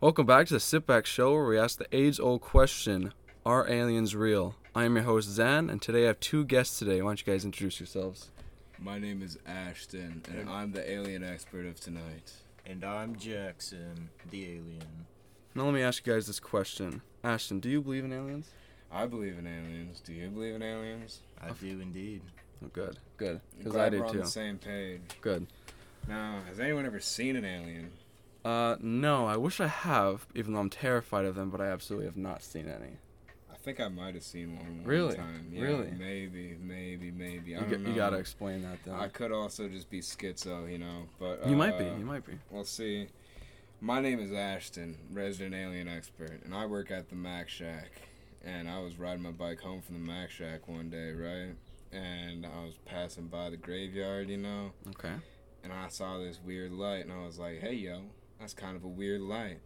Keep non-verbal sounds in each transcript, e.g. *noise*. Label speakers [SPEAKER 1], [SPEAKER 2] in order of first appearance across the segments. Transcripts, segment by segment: [SPEAKER 1] Welcome back to the Sit Back Show, where we ask the age-old question: Are aliens real? I am your host Zan, and today I have two guests. Today, why don't you guys introduce yourselves?
[SPEAKER 2] My name is Ashton, and I'm the alien expert of tonight.
[SPEAKER 3] And I'm Jackson, the alien.
[SPEAKER 1] Now, let me ask you guys this question: Ashton, do you believe in aliens?
[SPEAKER 2] I believe in aliens. Do you believe in aliens?
[SPEAKER 3] I do indeed.
[SPEAKER 1] Oh, good, good, because I
[SPEAKER 2] Glad
[SPEAKER 1] do
[SPEAKER 2] we're on
[SPEAKER 1] too.
[SPEAKER 2] the same page.
[SPEAKER 1] Good.
[SPEAKER 2] Now, has anyone ever seen an alien?
[SPEAKER 1] Uh, no, I wish I have, even though I'm terrified of them, but I absolutely have not seen any.
[SPEAKER 2] I think I might have seen one one
[SPEAKER 1] Really?
[SPEAKER 2] time. Yeah,
[SPEAKER 1] Really?
[SPEAKER 2] Maybe, maybe, maybe. I
[SPEAKER 1] You,
[SPEAKER 2] don't
[SPEAKER 1] g-
[SPEAKER 2] know.
[SPEAKER 1] you gotta explain that then.
[SPEAKER 2] I could also just be schizo, you know. But
[SPEAKER 1] you might be.
[SPEAKER 2] uh,
[SPEAKER 1] You might be.
[SPEAKER 2] We'll see. My name is Ashton, resident alien expert, and I work at the Mac Shack. And I was riding my bike home from the Mac Shack one day, right? And I was passing by the graveyard, you know,
[SPEAKER 1] Okay.
[SPEAKER 2] and I saw this weird light, and I was like, hey, yo, that's kind of a weird light.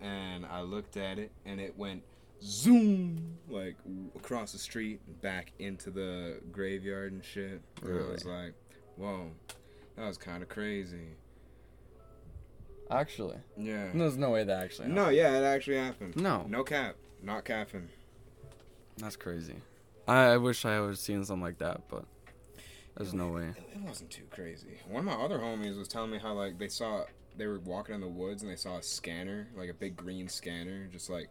[SPEAKER 2] And I looked at it, and it went zoom, like w- across the street, back into the graveyard and shit. And I
[SPEAKER 1] Really?
[SPEAKER 2] was like, whoa, that was kind of crazy.
[SPEAKER 1] Actually,
[SPEAKER 2] Yeah.
[SPEAKER 1] no, there's no way that actually.
[SPEAKER 2] No, yeah, it actually happened.
[SPEAKER 1] No.
[SPEAKER 2] No cap. Not capping.
[SPEAKER 1] That's crazy. I, I wish I would have seen something like that, but there's no way.
[SPEAKER 2] It wasn't too crazy. One of my other homies was telling me how, like, they saw, they were walking in the woods and they saw a scanner, like a big green scanner, just like,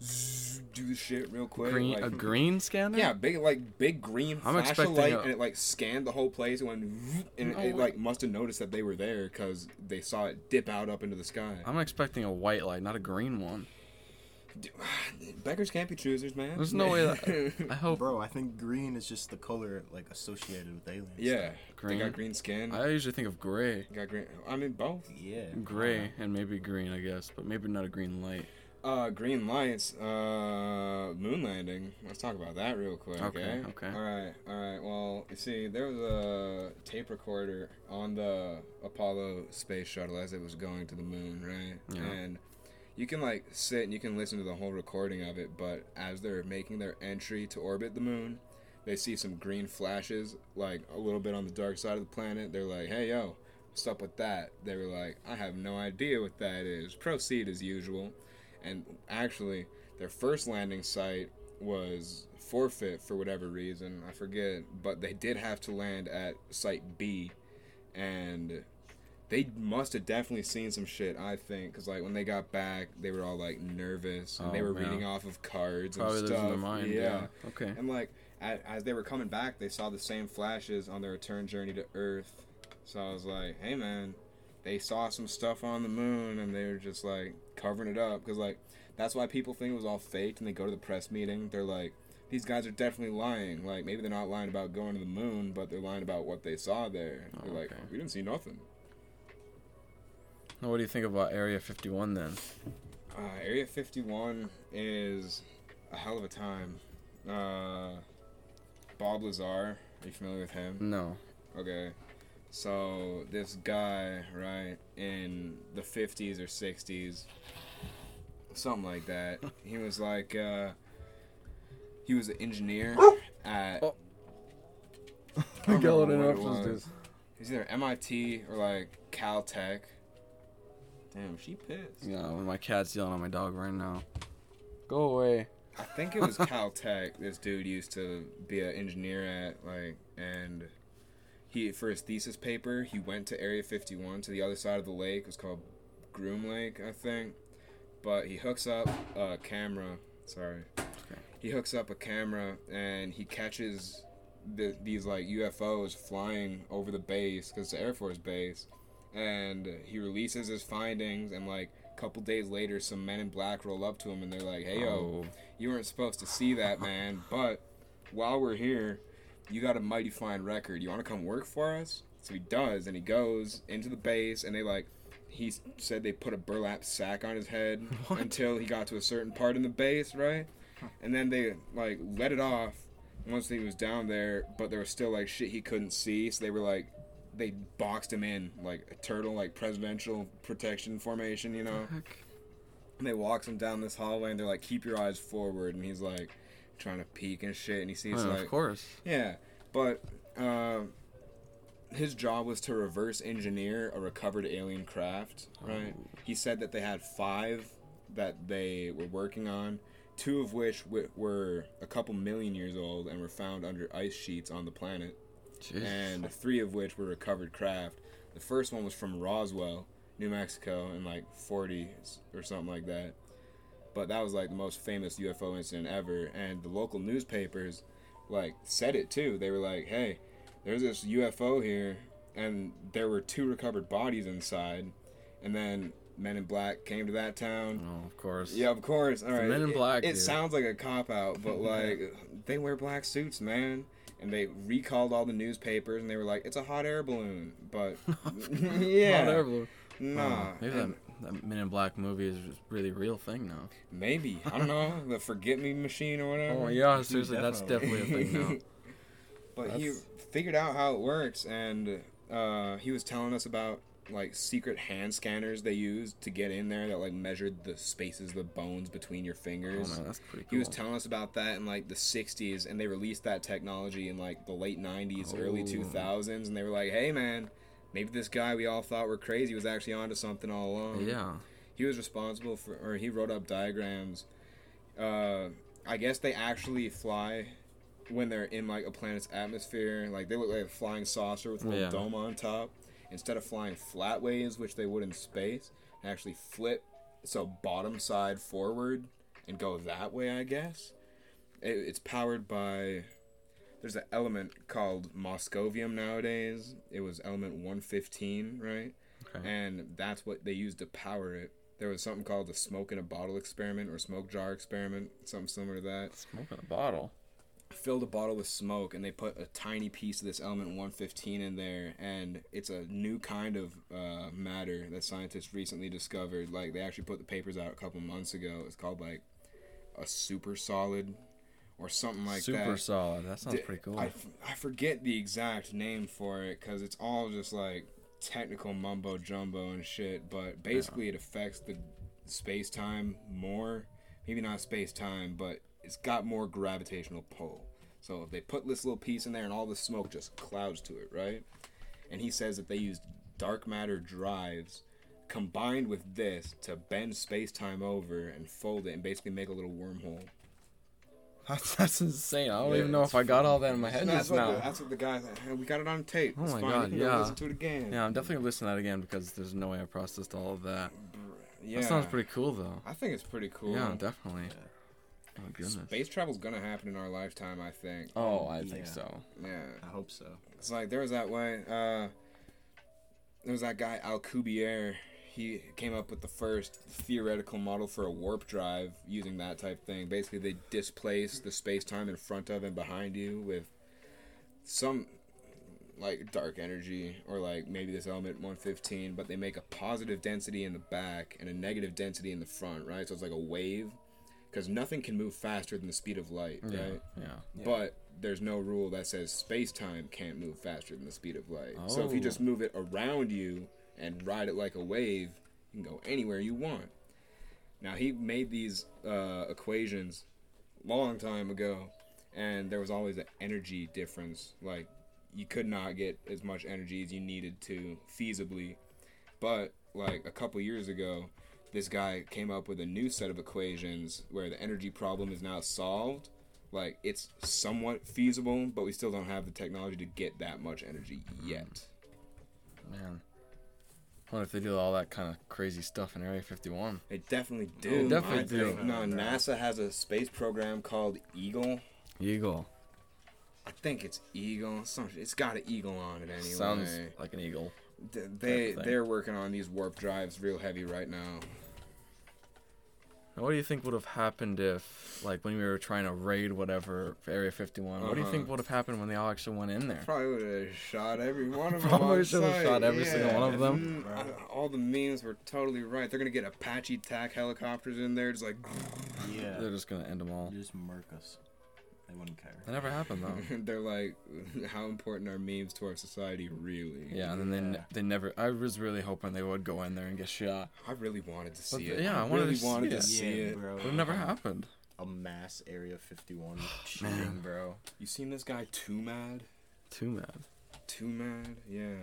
[SPEAKER 2] zzz, do the shit real quick.
[SPEAKER 1] Green,
[SPEAKER 2] like,
[SPEAKER 1] a green scanner?
[SPEAKER 2] Yeah, big, like, big green
[SPEAKER 1] I'm
[SPEAKER 2] flash of
[SPEAKER 1] expecting
[SPEAKER 2] light,
[SPEAKER 1] a-
[SPEAKER 2] and it, like, scanned the whole place and went, vroom, and
[SPEAKER 1] No
[SPEAKER 2] it,
[SPEAKER 1] way.
[SPEAKER 2] like, must have noticed that they were there because they saw it dip out up into the sky.
[SPEAKER 1] I'm expecting a white light, not a green one.
[SPEAKER 2] *sighs* Beggars can't be choosers, man.
[SPEAKER 1] There's no way
[SPEAKER 2] *laughs*
[SPEAKER 1] that- I hope.
[SPEAKER 3] Bro, I think green is just the color like associated with aliens.
[SPEAKER 2] yeah.
[SPEAKER 1] Green.
[SPEAKER 2] They got green skin.
[SPEAKER 1] I usually think of gray,
[SPEAKER 2] got green. I mean, both.
[SPEAKER 3] Yeah.
[SPEAKER 1] gray,
[SPEAKER 2] Uh-huh.
[SPEAKER 1] and maybe green, I guess, but maybe not a green light.
[SPEAKER 2] Uh, green lights. Uh, moon landing. Let's talk about that real quick.
[SPEAKER 1] Okay,
[SPEAKER 2] eh?
[SPEAKER 1] okay.
[SPEAKER 2] All right. All right. Well, you see, there was a tape recorder on the Apollo space shuttle as it was going to the moon, right?
[SPEAKER 1] Yeah.
[SPEAKER 2] And you can like sit and you can listen to the whole recording of it, but as they're making their entry to orbit the moon, they see some green flashes, like a little bit on the dark side of the planet. They're like, "Hey, yo." What's up with that? They were like, I have no idea what that is. Proceed as usual and actually their first landing site was forfeit for whatever reason i forget but they did have to land at site b and they must have definitely seen some shit i think because like when they got back they were all like nervous and they
[SPEAKER 1] Oh,
[SPEAKER 2] were
[SPEAKER 1] man.
[SPEAKER 2] reading off of cards
[SPEAKER 1] Probably
[SPEAKER 2] and
[SPEAKER 1] lives
[SPEAKER 2] stuff
[SPEAKER 1] in their mind. Yeah. Okay.
[SPEAKER 2] and like a as they were coming back they saw the same flashes on their return journey to earth so i was like hey man they saw some stuff on the moon and they were just like covering it up because like that's why people think it was all faked and they go to the press meeting they're like these guys are definitely lying like maybe they're not lying about going to the moon but they're lying about what they saw there
[SPEAKER 1] Oh,
[SPEAKER 2] they're like
[SPEAKER 1] okay.
[SPEAKER 2] we didn't see nothing
[SPEAKER 1] Now, what do you think about Area 51 then?
[SPEAKER 2] Uh, Area 51 is a hell of a time. Uh, Bob Lazar, are you familiar with him? *laughs*
[SPEAKER 1] No.
[SPEAKER 2] Okay. So, this guy, right, in the 50s or 60s, something like that, he was like, uh, he was an engineer at.
[SPEAKER 1] Oh.
[SPEAKER 2] I don't
[SPEAKER 1] Galen
[SPEAKER 2] remember what it
[SPEAKER 1] interruptions,
[SPEAKER 2] was. He's either MIT or like Caltech. Damn, she pissed.
[SPEAKER 1] Yeah, well, my cat's yelling at my dog right now. Go away.
[SPEAKER 2] I think it was Caltech. This dude used to be an engineer at like, and he for his thesis paper he went to Area 51 to the other side of the lake. It was called Groom Lake, I think. But he hooks up a camera. Sorry, he hooks up a camera and he catches the, these like UFOs flying over the base because it's an Air Force base, and he releases his findings and like. a Couple days later, some men in black roll up to him and they're like, "Hey, yo,
[SPEAKER 1] Oh.
[SPEAKER 2] you weren't supposed to see that, man. But while we're here, you got a mighty fine record. You want to come work for us? So he does, and he goes into the base, and they like. He s- said they put a burlap sack on his head
[SPEAKER 1] *laughs* What?
[SPEAKER 2] until he got to a certain part in the base, right? And then they like let it off once he was down there, but there was still like shit he couldn't see, so they were like they boxed him in like a turtle like presidential protection formation,
[SPEAKER 1] *laughs*
[SPEAKER 2] you know.
[SPEAKER 1] Heck.
[SPEAKER 2] And they walks him down this hallway and they're like, keep your eyes forward. And he's like, trying to peek and shit. And he sees
[SPEAKER 1] Oh,
[SPEAKER 2] like,
[SPEAKER 1] of course.
[SPEAKER 2] yeah. But uh, his job was to
[SPEAKER 1] Oh,
[SPEAKER 2] reverse engineer a recovered alien craft, right? He said that they had five that they were working on, two of which w- were a couple million years old and were found under ice sheets on the planet,
[SPEAKER 1] Jesus.
[SPEAKER 2] and three of which were recovered craft. The first one was from Roswell, New Mexico, in like 40s or something like that. But that was like the most famous UFO incident ever, and the local newspapers like said it too. They were like, "Hey, there's this UFO here, and there were two recovered bodies inside." And then Men in Black came to that town.
[SPEAKER 1] oh, of course.
[SPEAKER 2] Yeah, of course. All right.
[SPEAKER 1] Men in
[SPEAKER 2] It-
[SPEAKER 1] Black,
[SPEAKER 2] It,
[SPEAKER 1] dude.
[SPEAKER 2] sounds like a cop
[SPEAKER 1] *laughs*
[SPEAKER 2] out, but like they wear black suits, man. And they recalled all the newspapers, and they were like, "It's a hot air balloon." But *laughs* *laughs*
[SPEAKER 1] *laughs*
[SPEAKER 2] yeah,
[SPEAKER 1] Hot air balloon.
[SPEAKER 2] nah.
[SPEAKER 1] Oh, maybe
[SPEAKER 2] and
[SPEAKER 1] that, that Men in Black movie is just really a real thing now.
[SPEAKER 2] maybe I
[SPEAKER 1] *laughs*
[SPEAKER 2] don't know the forget me machine or whatever.
[SPEAKER 1] Oh yeah, seriously, that's
[SPEAKER 3] definitely.
[SPEAKER 1] definitely a *laughs* thing now.
[SPEAKER 2] *laughs* But he
[SPEAKER 1] That's-
[SPEAKER 2] figured out how it works, and uh, he was telling us about like secret hand scanners they used to get in there that like measured the spaces, the bones between your
[SPEAKER 1] Oh
[SPEAKER 2] fingers.
[SPEAKER 1] man, that's pretty cool.
[SPEAKER 2] He was telling us about that in like the 60s, and they released that technology in like the late 90s, early
[SPEAKER 1] Oh.
[SPEAKER 2] 2000s, and they were like, hey man, maybe this guy we all thought were crazy was actually onto something all along.
[SPEAKER 1] Yeah.
[SPEAKER 2] He was responsible for, or he wrote up diagrams. Uh, I guess they actually fly when they're in like a planet's atmosphere. Like they look like a flying saucer with a little
[SPEAKER 1] Yeah.
[SPEAKER 2] dome on top. Instead of flying flatways, which they would in space, they actually flip so bottom side forward and go that way. I guess it, it's powered by. There's an element called Moscovium nowadays. It was element 115, right?
[SPEAKER 1] Okay.
[SPEAKER 2] and that's what they used to power it. There was something called the smoke in a bottle experiment or smoke jar experiment, something similar to that.
[SPEAKER 1] Smoking a bottle.
[SPEAKER 2] Filled a bottle with smoke, and they put a tiny piece of this element 115 in there, and it's a new kind of uh, matter that scientists recently discovered. Like they actually put the papers out a couple months ago. It's called like a super solid or something like that.
[SPEAKER 1] Super solid. That sounds
[SPEAKER 2] D-
[SPEAKER 1] pretty cool.
[SPEAKER 2] I, f- I forget the exact name for it because it's all just like technical mumbo jumbo and shit. But basically, it affects the space time more. Maybe not space time, but it's got more gravitational pull. So if they put this little piece in there and all the smoke just clouds to it, right? And he says that they used dark matter drives combined with this to bend space time over and fold it and basically make a little wormhole.
[SPEAKER 1] *laughs* that's, that's insane. I don't
[SPEAKER 2] Yeah,
[SPEAKER 1] even know if
[SPEAKER 2] it's
[SPEAKER 1] I got all that in my head
[SPEAKER 2] No,
[SPEAKER 1] just
[SPEAKER 2] that's, what the,
[SPEAKER 1] now.
[SPEAKER 2] that's what the guy. hey, We got it on tape.
[SPEAKER 1] Oh
[SPEAKER 2] it's
[SPEAKER 1] my
[SPEAKER 2] fine.
[SPEAKER 1] God,
[SPEAKER 2] you can go
[SPEAKER 1] yeah.
[SPEAKER 2] Listen to it again.
[SPEAKER 1] Yeah, I'm definitely listening to that again because there's no way I processed all of that.
[SPEAKER 2] yeah.
[SPEAKER 1] That sounds pretty cool though.
[SPEAKER 2] I think it's pretty cool.
[SPEAKER 1] Yeah, definitely. Oh goodness.
[SPEAKER 2] Space travel's gonna happen in our lifetime. I think.
[SPEAKER 1] Oh, I think
[SPEAKER 3] Yeah.
[SPEAKER 1] so.
[SPEAKER 2] Yeah.
[SPEAKER 3] I hope so.
[SPEAKER 2] It's like there was that way. Uh, there was that guy Al Cubier. He came up with the first theoretical model for a warp drive using that type thing. Basically, they displace the space time in front of and behind you with some like dark energy or like maybe this element 115, but they make a positive density in the back and a negative density in the front, right? So it's like a wave because nothing can move faster than the speed of light,
[SPEAKER 1] Yeah.
[SPEAKER 2] right?
[SPEAKER 1] Yeah.
[SPEAKER 2] But there's no rule that says space time can't move faster than the speed of light. So if you
[SPEAKER 1] Oh.
[SPEAKER 2] just move it around you and ride it like a wave, you can go anywhere you want. Now he made these uh, equations long time ago, and there was always an energy difference. Like you could not get as much energy as you needed to feasibly. But like a couple years ago, this guy came up with a new set of equations where the energy problem is now solved. Like it's somewhat feasible, but we still don't have the technology to get that much energy yet.
[SPEAKER 1] Man. I wonder if they do all that kind of crazy stuff in Area 51.
[SPEAKER 2] They definitely do.
[SPEAKER 1] They definitely
[SPEAKER 2] I think-
[SPEAKER 1] do.
[SPEAKER 2] No, NASA has a space program called Eagle.
[SPEAKER 1] Eagle.
[SPEAKER 2] I think it's Eagle. Some, it's got an eagle on it anyway.
[SPEAKER 1] Sounds like an eagle.
[SPEAKER 2] Th- they
[SPEAKER 1] type of thing.
[SPEAKER 2] they're working on these warp drives real heavy right now.
[SPEAKER 1] Now, what do you think would have happened if, like, when we were trying to raid whatever Area 51? What do you
[SPEAKER 2] Uh-huh.
[SPEAKER 1] think would have happened when they all actually went in there?
[SPEAKER 2] Probably would have shot every one *laughs* of them.
[SPEAKER 1] Probably
[SPEAKER 2] on
[SPEAKER 1] should've
[SPEAKER 2] sight,
[SPEAKER 1] shot every single one of
[SPEAKER 3] them.
[SPEAKER 2] Mm, I- all the memes were totally right. They're gonna get Apache TAC helicopters in there, just like
[SPEAKER 3] Yeah.
[SPEAKER 1] They're just gonna end them all.
[SPEAKER 3] You just murk us. They wouldn't care.
[SPEAKER 1] That never happened
[SPEAKER 2] *laughs*
[SPEAKER 1] though.
[SPEAKER 2] they're like, how important are memes to our society, really?
[SPEAKER 1] Yeah, and then they ne-
[SPEAKER 3] Yeah.
[SPEAKER 1] they never. I was really hoping they would go in there and get shot.
[SPEAKER 2] I really wanted to
[SPEAKER 1] But
[SPEAKER 2] see
[SPEAKER 1] the-
[SPEAKER 2] it.
[SPEAKER 1] yeah, I
[SPEAKER 2] I
[SPEAKER 1] wanted
[SPEAKER 2] really
[SPEAKER 1] to
[SPEAKER 2] wanted
[SPEAKER 1] see
[SPEAKER 2] to
[SPEAKER 1] it.
[SPEAKER 2] see it.
[SPEAKER 3] bro.
[SPEAKER 1] But it never happened.
[SPEAKER 3] A mass Area 51 shooting, bro.
[SPEAKER 2] You seen this guy too mad?
[SPEAKER 1] Too mad.
[SPEAKER 2] Too mad? Yeah.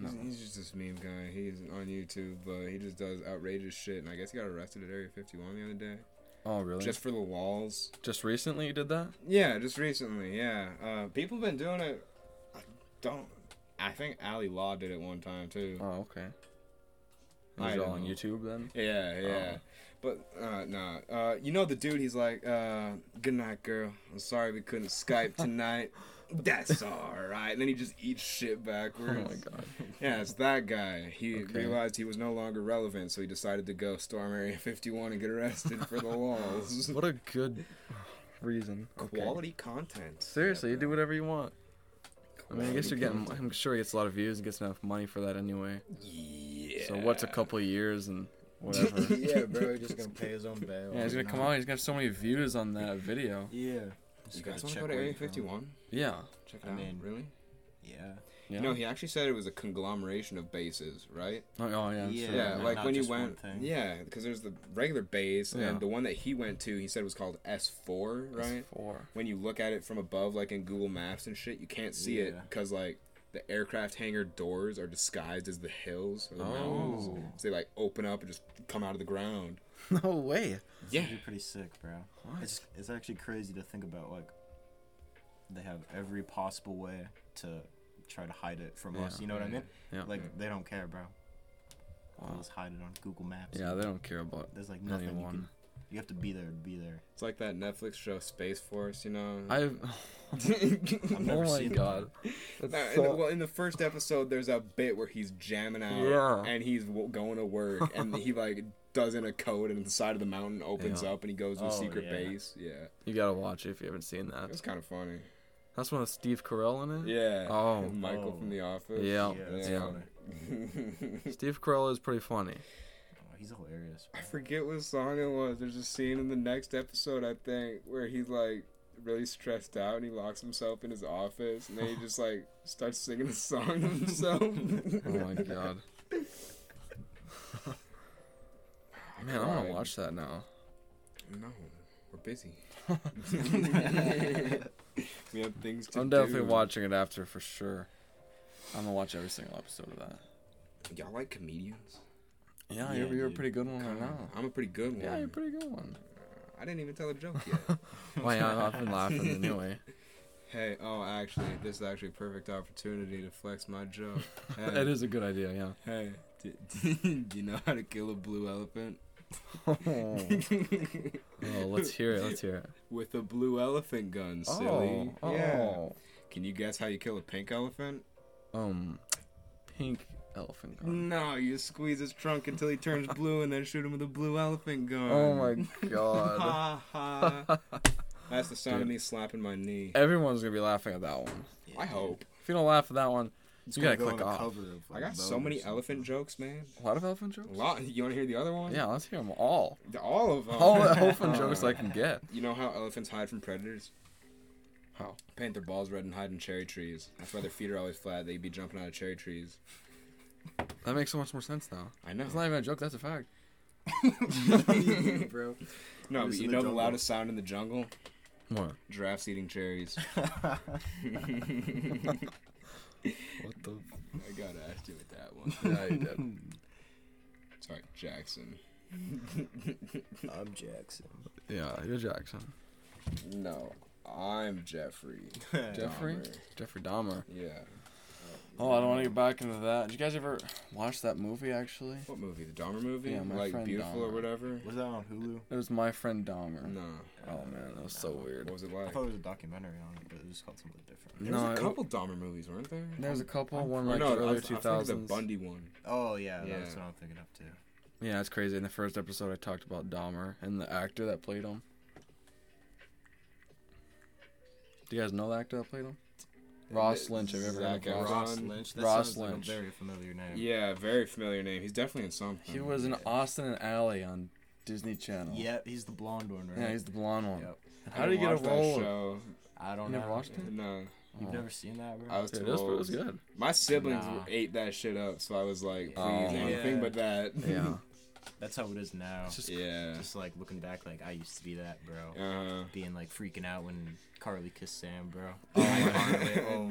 [SPEAKER 2] He's, he's just this meme guy. He's on YouTube, but he just does outrageous shit. And I guess he got arrested at Area 51 the other day,
[SPEAKER 1] Oh, really?
[SPEAKER 2] just for the walls.
[SPEAKER 1] Just recently you did that?
[SPEAKER 2] Yeah, just recently. Yeah, uh, people have been doing it. I don't. I think Ali Law did it one time too.
[SPEAKER 1] Oh, okay.
[SPEAKER 2] I
[SPEAKER 1] Is it all on
[SPEAKER 2] don't know.
[SPEAKER 1] YouTube
[SPEAKER 2] *laughs*
[SPEAKER 1] then?
[SPEAKER 2] Yeah, yeah. But uh, nah, uh, you know the dude. He's like, uh, "Good night, girl. I'm sorry we
[SPEAKER 1] *laughs*
[SPEAKER 2] couldn't Skype tonight. That's all right." And then he just eats shit
[SPEAKER 1] Oh
[SPEAKER 2] backwards.
[SPEAKER 1] my god.
[SPEAKER 2] Yeah, it's that guy. He
[SPEAKER 1] Okay.
[SPEAKER 2] realized he was no longer relevant, so he decided to go storm *laughs* Area 51 and get arrested for the walls.
[SPEAKER 1] *laughs*
[SPEAKER 2] *laughs*
[SPEAKER 1] What a good reason. Okay.
[SPEAKER 2] Quality content.
[SPEAKER 1] Seriously, you do whatever you want. I mean, I guess
[SPEAKER 2] Quality
[SPEAKER 1] you're getting.
[SPEAKER 2] content.
[SPEAKER 1] I'm sure he gets a lot of views and gets enough money for that anyway.
[SPEAKER 2] Yeah.
[SPEAKER 1] So what's a couple of years and
[SPEAKER 3] *laughs*
[SPEAKER 1] whatever? *laughs*
[SPEAKER 3] yeah, bro, he's just gonna pay his own bail.
[SPEAKER 1] yeah, he's gonna come out. He's gonna have so many views on that video.
[SPEAKER 3] Yeah.
[SPEAKER 2] You guys want to go to Area 51?
[SPEAKER 1] Yeah.
[SPEAKER 2] Check it
[SPEAKER 3] I
[SPEAKER 2] out.
[SPEAKER 3] mean,
[SPEAKER 2] really?
[SPEAKER 3] Yeah.
[SPEAKER 1] Yeah.
[SPEAKER 2] No, he actually said it was a conglomeration of bases, right?
[SPEAKER 1] oh, oh, yeah.
[SPEAKER 3] Yeah.
[SPEAKER 1] sure.
[SPEAKER 2] Yeah,
[SPEAKER 3] not-
[SPEAKER 2] like
[SPEAKER 3] not
[SPEAKER 2] when you
[SPEAKER 3] just one
[SPEAKER 2] went.
[SPEAKER 3] thing.
[SPEAKER 2] Yeah, because there's the regular base,
[SPEAKER 1] Yeah.
[SPEAKER 2] and the one that he went to, he said was called S4, right?
[SPEAKER 1] It's Four.
[SPEAKER 2] when you look at it from above, like in Google Maps and shit, you can't see it
[SPEAKER 3] Yeah.
[SPEAKER 2] because like the aircraft hangar doors are disguised as the hills or the mountains.
[SPEAKER 1] Oh.
[SPEAKER 2] So they like open up and just come out of the ground.
[SPEAKER 1] *laughs* No way.
[SPEAKER 2] Yeah.
[SPEAKER 3] That'd be pretty sick, bro.
[SPEAKER 1] What?
[SPEAKER 3] It's it's actually crazy to think about. Like, they have every possible way to try to hide it from us.
[SPEAKER 1] Yeah.
[SPEAKER 3] You know what I mean?
[SPEAKER 1] Yeah.
[SPEAKER 3] Like they don't care, bro.
[SPEAKER 1] Wow.
[SPEAKER 3] They'll just hide it on Google Maps.
[SPEAKER 1] Yeah, they don't care about
[SPEAKER 3] There's like nothing you
[SPEAKER 1] anyone.
[SPEAKER 3] can. You have to be there to be there.
[SPEAKER 2] It's like that Netflix show Space Force, you know. *laughs*
[SPEAKER 1] I've. *laughs*
[SPEAKER 3] I've
[SPEAKER 1] Oh
[SPEAKER 3] never
[SPEAKER 1] my
[SPEAKER 3] seen
[SPEAKER 1] god. That's
[SPEAKER 2] Nah, in
[SPEAKER 1] so-
[SPEAKER 2] the- well, in the first episode, there's a bit where he's jamming out,
[SPEAKER 1] Yeah.
[SPEAKER 2] and he's w- going
[SPEAKER 1] *laughs*
[SPEAKER 2] to work, and he like does in a code, and the side of the mountain opens
[SPEAKER 1] Yeah.
[SPEAKER 2] up, and he goes to a
[SPEAKER 3] Oh,
[SPEAKER 2] secret
[SPEAKER 3] yeah.
[SPEAKER 2] base. Yeah,
[SPEAKER 1] you gotta watch it if you haven't seen that.
[SPEAKER 2] it's kind of funny.
[SPEAKER 1] That's one with Steve Carell in it.
[SPEAKER 2] Yeah.
[SPEAKER 1] Oh.
[SPEAKER 2] *laughs* Michael
[SPEAKER 3] Oh.
[SPEAKER 2] from The Office.
[SPEAKER 1] Yeah.
[SPEAKER 3] yeah, that's
[SPEAKER 1] yeah.
[SPEAKER 3] funny.
[SPEAKER 1] Steve Carell is pretty funny.
[SPEAKER 3] Oh, he's hilarious.
[SPEAKER 2] *laughs* I
[SPEAKER 3] bro.
[SPEAKER 2] forget what song it was. There's a scene in the next episode, I think, where he's like really stressed out and he locks himself in his office and then he just like starts singing a song to
[SPEAKER 1] *laughs*
[SPEAKER 2] himself.
[SPEAKER 1] Oh
[SPEAKER 2] *laughs*
[SPEAKER 1] my god. Man, I
[SPEAKER 2] *laughs*
[SPEAKER 1] want
[SPEAKER 2] cried.
[SPEAKER 1] to watch that now.
[SPEAKER 2] No, we're busy. *laughs* we have things to
[SPEAKER 1] I'm definitely
[SPEAKER 2] do.
[SPEAKER 1] watching it after for sure. I'm gonna watch every single episode of that.
[SPEAKER 2] Y'all like comedians?
[SPEAKER 1] Yeah,
[SPEAKER 3] Yeah,
[SPEAKER 1] you're, you're a
[SPEAKER 3] dude.
[SPEAKER 1] pretty good one right
[SPEAKER 2] Kinda.
[SPEAKER 1] now.
[SPEAKER 2] I'm a pretty good one.
[SPEAKER 1] Yeah, you're a pretty good one.
[SPEAKER 2] I didn't even tell a joke
[SPEAKER 1] *laughs*
[SPEAKER 2] yet.
[SPEAKER 1] Well, Oh, yeah, I've been laughing *laughs* anyway.
[SPEAKER 2] hey, oh, actually, this is actually a perfect opportunity to flex
[SPEAKER 1] *laughs*
[SPEAKER 2] my joke. Hey.
[SPEAKER 1] It is a good idea, yeah.
[SPEAKER 2] Hey, *laughs* do, do you know how to kill a blue elephant?
[SPEAKER 3] *laughs*
[SPEAKER 1] Oh, let's hear it. Let's hear it.
[SPEAKER 2] *laughs* With a blue elephant gun, silly.
[SPEAKER 1] Oh, oh.
[SPEAKER 2] Yeah. Can you guess how you kill a pink elephant?
[SPEAKER 1] Um, pink elephant gun.
[SPEAKER 2] No, you squeeze his trunk until he turns blue and then shoot him with a blue elephant gun.
[SPEAKER 1] Oh
[SPEAKER 3] Mm.
[SPEAKER 1] my Oh god.
[SPEAKER 2] Ha
[SPEAKER 1] *laughs*
[SPEAKER 2] ha.
[SPEAKER 3] *laughs*
[SPEAKER 2] That's the sound of me slapping my knee.
[SPEAKER 1] Everyone's gonna be laughing at that one.
[SPEAKER 3] Yeah,
[SPEAKER 2] I
[SPEAKER 3] dude.
[SPEAKER 2] hope.
[SPEAKER 1] If you don't laugh at that one,
[SPEAKER 3] It's
[SPEAKER 1] You
[SPEAKER 3] gonna
[SPEAKER 1] gotta
[SPEAKER 3] go on
[SPEAKER 1] click
[SPEAKER 3] the
[SPEAKER 1] off.
[SPEAKER 3] cover of, like,
[SPEAKER 2] I got so
[SPEAKER 3] Vogue or
[SPEAKER 2] many
[SPEAKER 3] something. *laughs*
[SPEAKER 2] elephant jokes, man.
[SPEAKER 1] a lot of elephant jokes.
[SPEAKER 2] A lot. You want to hear the other one?
[SPEAKER 1] Yeah, let's hear them all.
[SPEAKER 2] All
[SPEAKER 3] Oh.
[SPEAKER 2] of them.
[SPEAKER 1] All
[SPEAKER 2] *laughs*
[SPEAKER 1] the
[SPEAKER 3] *laughs*
[SPEAKER 1] elephant jokes I can get.
[SPEAKER 2] You know how elephants hide from predators?
[SPEAKER 1] How?
[SPEAKER 2] Paint their balls red and hide in cherry trees. That's why their feet are always flat. They'd be jumping out of cherry trees.
[SPEAKER 1] That makes so much more sense now.
[SPEAKER 2] I know.
[SPEAKER 1] It's not even a joke. That's a fact.
[SPEAKER 2] *laughs*
[SPEAKER 3] bro.
[SPEAKER 2] No, but
[SPEAKER 3] Moose
[SPEAKER 2] you
[SPEAKER 3] in
[SPEAKER 2] know the
[SPEAKER 3] the jungle.
[SPEAKER 2] loudest sound in the jungle?
[SPEAKER 1] What?
[SPEAKER 2] Giraffes eating cherries. *laughs*
[SPEAKER 1] What the?
[SPEAKER 2] I gotta ask you with that one.
[SPEAKER 1] Yeah, you did.
[SPEAKER 2] Sorry, Jackson.
[SPEAKER 3] I'm Jackson.
[SPEAKER 1] *laughs* Yeah, you're Jackson.
[SPEAKER 2] No, I'm Jeffrey.
[SPEAKER 1] Jeffrey.
[SPEAKER 2] Dahmer.
[SPEAKER 1] Jeffrey Dahmer.
[SPEAKER 2] Yeah.
[SPEAKER 1] Oh, I don't want to get back into that. Did you guys ever watch that movie? Actually,
[SPEAKER 2] What movie? The Dahmer movie?
[SPEAKER 1] Yeah, my
[SPEAKER 2] like
[SPEAKER 1] friend
[SPEAKER 2] Beautiful or
[SPEAKER 1] Dahmer.
[SPEAKER 2] whatever?
[SPEAKER 3] Was that on Hulu?
[SPEAKER 1] it was My Friend Dahmer.
[SPEAKER 2] No.
[SPEAKER 1] Oh man, that was so
[SPEAKER 2] What
[SPEAKER 1] weird.
[SPEAKER 2] was it
[SPEAKER 3] I
[SPEAKER 2] like?
[SPEAKER 3] thought it was a documentary on it, but it was called something different.
[SPEAKER 2] There
[SPEAKER 1] No,
[SPEAKER 2] was
[SPEAKER 1] it-
[SPEAKER 2] a couple Dahmer movies, weren't there?
[SPEAKER 1] There was a couple. One
[SPEAKER 2] Or
[SPEAKER 1] like
[SPEAKER 2] no, I
[SPEAKER 1] early
[SPEAKER 2] was,
[SPEAKER 1] two
[SPEAKER 2] I was thinking of the
[SPEAKER 1] thousands.
[SPEAKER 2] Bundy one.
[SPEAKER 3] Oh yeah, that's
[SPEAKER 2] Yeah.
[SPEAKER 3] what I'm thinking of too.
[SPEAKER 1] Yeah, it's crazy. In the first episode, I talked about Dahmer and the actor that played him. Do you guys know the actor that played him? Ross Lynch. Have you ever heard of
[SPEAKER 2] Zach
[SPEAKER 1] him?
[SPEAKER 2] Efron.
[SPEAKER 1] uh, Ross?
[SPEAKER 3] Ross Lynch. That
[SPEAKER 1] Ross
[SPEAKER 3] sounds like
[SPEAKER 1] Lynch.
[SPEAKER 3] a very familiar name.
[SPEAKER 2] Yeah, very familiar name. He's definitely in something.
[SPEAKER 1] He was in Austin and Alley on Disney Channel.
[SPEAKER 3] Yeah, he's the blonde one, right?
[SPEAKER 1] Yeah, he's the blonde one.
[SPEAKER 3] Yep.
[SPEAKER 1] How did he get a
[SPEAKER 2] watch that
[SPEAKER 1] role?
[SPEAKER 2] Show.
[SPEAKER 3] I
[SPEAKER 1] You
[SPEAKER 3] don't
[SPEAKER 1] never
[SPEAKER 3] know.
[SPEAKER 1] watched it?
[SPEAKER 2] No,
[SPEAKER 3] You've
[SPEAKER 1] Oh.
[SPEAKER 3] never seen that, bro?
[SPEAKER 2] I was
[SPEAKER 1] Dude,
[SPEAKER 2] too
[SPEAKER 1] it was, it
[SPEAKER 2] old.
[SPEAKER 1] was good.
[SPEAKER 2] My siblings
[SPEAKER 3] Nah.
[SPEAKER 2] ate that shit up, so I was like, please,
[SPEAKER 1] Oh.
[SPEAKER 2] anything
[SPEAKER 3] Yeah.
[SPEAKER 2] but that.
[SPEAKER 1] Yeah.
[SPEAKER 3] That's how it is now.
[SPEAKER 1] It's
[SPEAKER 3] Just,
[SPEAKER 1] just
[SPEAKER 2] *laughs* Yeah.
[SPEAKER 3] like looking back, like I used to be that, bro.
[SPEAKER 2] Uh,
[SPEAKER 3] Being like freaking out when Carly kissed
[SPEAKER 1] *laughs*
[SPEAKER 3] Sam, bro. Oh,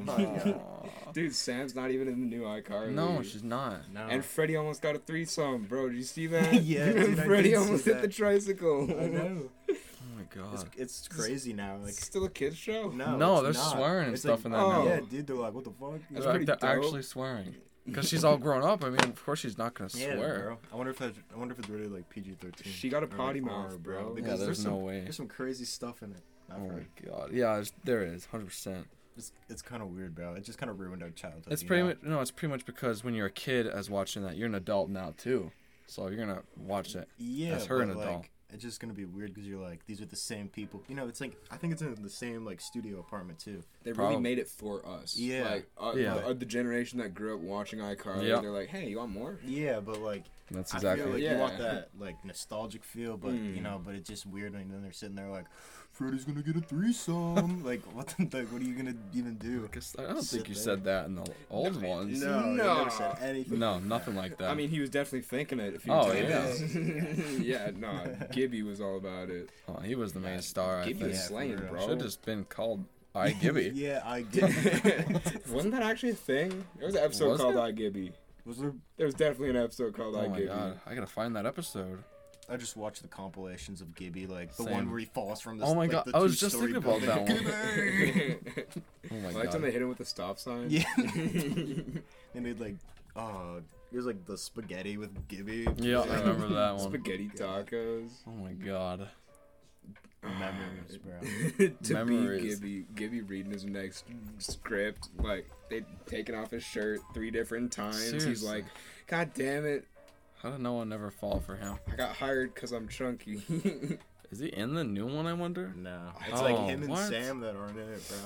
[SPEAKER 2] dude, Sam's not even in the new iCarly.
[SPEAKER 1] no, she's not.
[SPEAKER 3] No.
[SPEAKER 2] And Freddie almost got a threesome, bro. Did you see that?
[SPEAKER 3] *laughs* Yeah, dude, I
[SPEAKER 2] Freddie
[SPEAKER 3] did see
[SPEAKER 2] almost hit
[SPEAKER 3] that.
[SPEAKER 2] the tricycle.
[SPEAKER 3] I
[SPEAKER 1] *laughs*
[SPEAKER 2] *laughs*
[SPEAKER 3] know.
[SPEAKER 1] Oh my
[SPEAKER 3] It's,
[SPEAKER 1] god.
[SPEAKER 3] it's crazy now. Like
[SPEAKER 2] It's still a kids show.
[SPEAKER 3] no,
[SPEAKER 1] No,
[SPEAKER 3] it's
[SPEAKER 1] they're
[SPEAKER 3] not.
[SPEAKER 1] swearing and
[SPEAKER 3] It's
[SPEAKER 1] stuff
[SPEAKER 3] like, oh,
[SPEAKER 1] in that
[SPEAKER 2] now.
[SPEAKER 3] Yeah, dude, they're like, what the fuck?
[SPEAKER 2] That's
[SPEAKER 1] They're,
[SPEAKER 2] pretty
[SPEAKER 1] they're
[SPEAKER 2] dope.
[SPEAKER 1] actually swearing. Because she's all grown up. I mean, of course she's not gonna
[SPEAKER 3] Yeah,
[SPEAKER 1] swear.
[SPEAKER 3] bro. I wonder if that's, I wonder if it's really like PG thirteen.
[SPEAKER 2] She got a potty mouth, bro. Yeah,
[SPEAKER 1] Yeah,
[SPEAKER 3] Because
[SPEAKER 1] there's,
[SPEAKER 3] there's,
[SPEAKER 1] no
[SPEAKER 3] some,
[SPEAKER 1] way.
[SPEAKER 3] there's some crazy stuff in it. I've
[SPEAKER 1] Oh my
[SPEAKER 3] heard.
[SPEAKER 1] god. Yeah, it's, there it is. Hundred percent.
[SPEAKER 3] It's it's kind of weird, bro. It just kind of ruined our childhood.
[SPEAKER 1] It's
[SPEAKER 3] you
[SPEAKER 1] pretty
[SPEAKER 3] know?
[SPEAKER 1] much no. It's pretty much because when you're a kid, as watching that, you're an adult now too. So you're gonna watch it.
[SPEAKER 3] Yeah,
[SPEAKER 1] That's her in
[SPEAKER 3] but,
[SPEAKER 1] a doll.
[SPEAKER 3] like, It's just gonna be weird because you're like these are the same people. You know, it's like I think it's in the same like studio apartment too.
[SPEAKER 2] They
[SPEAKER 1] Probably.
[SPEAKER 2] really made it for us.
[SPEAKER 3] Yeah.
[SPEAKER 2] Like, uh,
[SPEAKER 1] Yeah.
[SPEAKER 2] The, uh, the generation that grew up watching iCarly,
[SPEAKER 1] Yeah.
[SPEAKER 2] they're like, hey, you want more?
[SPEAKER 3] Yeah, but like
[SPEAKER 1] That's
[SPEAKER 3] I feel
[SPEAKER 1] exactly.
[SPEAKER 3] like you want
[SPEAKER 2] Yeah.
[SPEAKER 3] that like nostalgic feel, but you
[SPEAKER 2] Mm.
[SPEAKER 3] know, but it's just weird when then they're sitting there like, Freddy's gonna get a threesome. *laughs* like what? The, like what are you gonna even do?
[SPEAKER 1] I guess- I don't
[SPEAKER 3] Sit
[SPEAKER 1] think you
[SPEAKER 3] there.
[SPEAKER 1] said that in the old ones. No,
[SPEAKER 3] *laughs* No, they
[SPEAKER 2] No.
[SPEAKER 3] never said anything. like
[SPEAKER 1] nothing like that.
[SPEAKER 2] I mean, he was definitely thinking it a few
[SPEAKER 1] Oh,
[SPEAKER 2] times. *laughs* yeah,
[SPEAKER 3] *laughs*
[SPEAKER 2] no, Gibby was all about it.
[SPEAKER 1] oh, he was the main star. I
[SPEAKER 2] Gibby
[SPEAKER 1] think.
[SPEAKER 2] was
[SPEAKER 3] Yeah, for
[SPEAKER 2] slaying,
[SPEAKER 3] real.
[SPEAKER 2] bro.
[SPEAKER 1] Should have
[SPEAKER 2] *laughs*
[SPEAKER 1] just been
[SPEAKER 3] *laughs*
[SPEAKER 1] called I Gibby.
[SPEAKER 3] yeah, I get.
[SPEAKER 1] *laughs*
[SPEAKER 3] it. *laughs*
[SPEAKER 2] Wasn't that actually a thing? There was an episode
[SPEAKER 1] Was
[SPEAKER 2] called
[SPEAKER 1] it?
[SPEAKER 2] I Gibby.
[SPEAKER 3] Was there?
[SPEAKER 2] There was definitely an episode called I
[SPEAKER 1] Oh my
[SPEAKER 2] Gibby. *laughs*
[SPEAKER 1] god, I gotta find that episode.
[SPEAKER 3] I just watched the compilations of Gibby, like the
[SPEAKER 1] Same.
[SPEAKER 3] one where he falls from. This,
[SPEAKER 1] Oh my
[SPEAKER 3] like,
[SPEAKER 1] God,
[SPEAKER 3] the
[SPEAKER 1] I was just
[SPEAKER 3] two-story
[SPEAKER 1] thinking about that
[SPEAKER 3] building.
[SPEAKER 1] one. Oh
[SPEAKER 2] I
[SPEAKER 1] my
[SPEAKER 2] like when
[SPEAKER 1] god.
[SPEAKER 2] they hit him with the stop
[SPEAKER 1] *laughs*
[SPEAKER 2] sign. *laughs*
[SPEAKER 3] *laughs* Yeah. they made like, uh, it was like the spaghetti with Gibby.
[SPEAKER 1] Yeah, I remember
[SPEAKER 2] *laughs*
[SPEAKER 1] that one.
[SPEAKER 2] Spaghetti
[SPEAKER 1] *laughs*
[SPEAKER 2] tacos.
[SPEAKER 1] Oh my god.
[SPEAKER 3] Memories, bro.
[SPEAKER 2] to
[SPEAKER 1] Memories.
[SPEAKER 2] be Gibby, Gibby reading his next script, like they taken off his shirt three different times. He's
[SPEAKER 1] Seriously.
[SPEAKER 2] like, "God damn it,
[SPEAKER 1] How did no one ever fall for him?
[SPEAKER 2] I got hired because I'm chunky." *laughs*
[SPEAKER 1] Is he in the new one? I wonder.
[SPEAKER 3] No,
[SPEAKER 2] It's
[SPEAKER 3] it's like
[SPEAKER 1] Oh,
[SPEAKER 3] him and
[SPEAKER 1] what?
[SPEAKER 3] Sam that aren't in it, bro.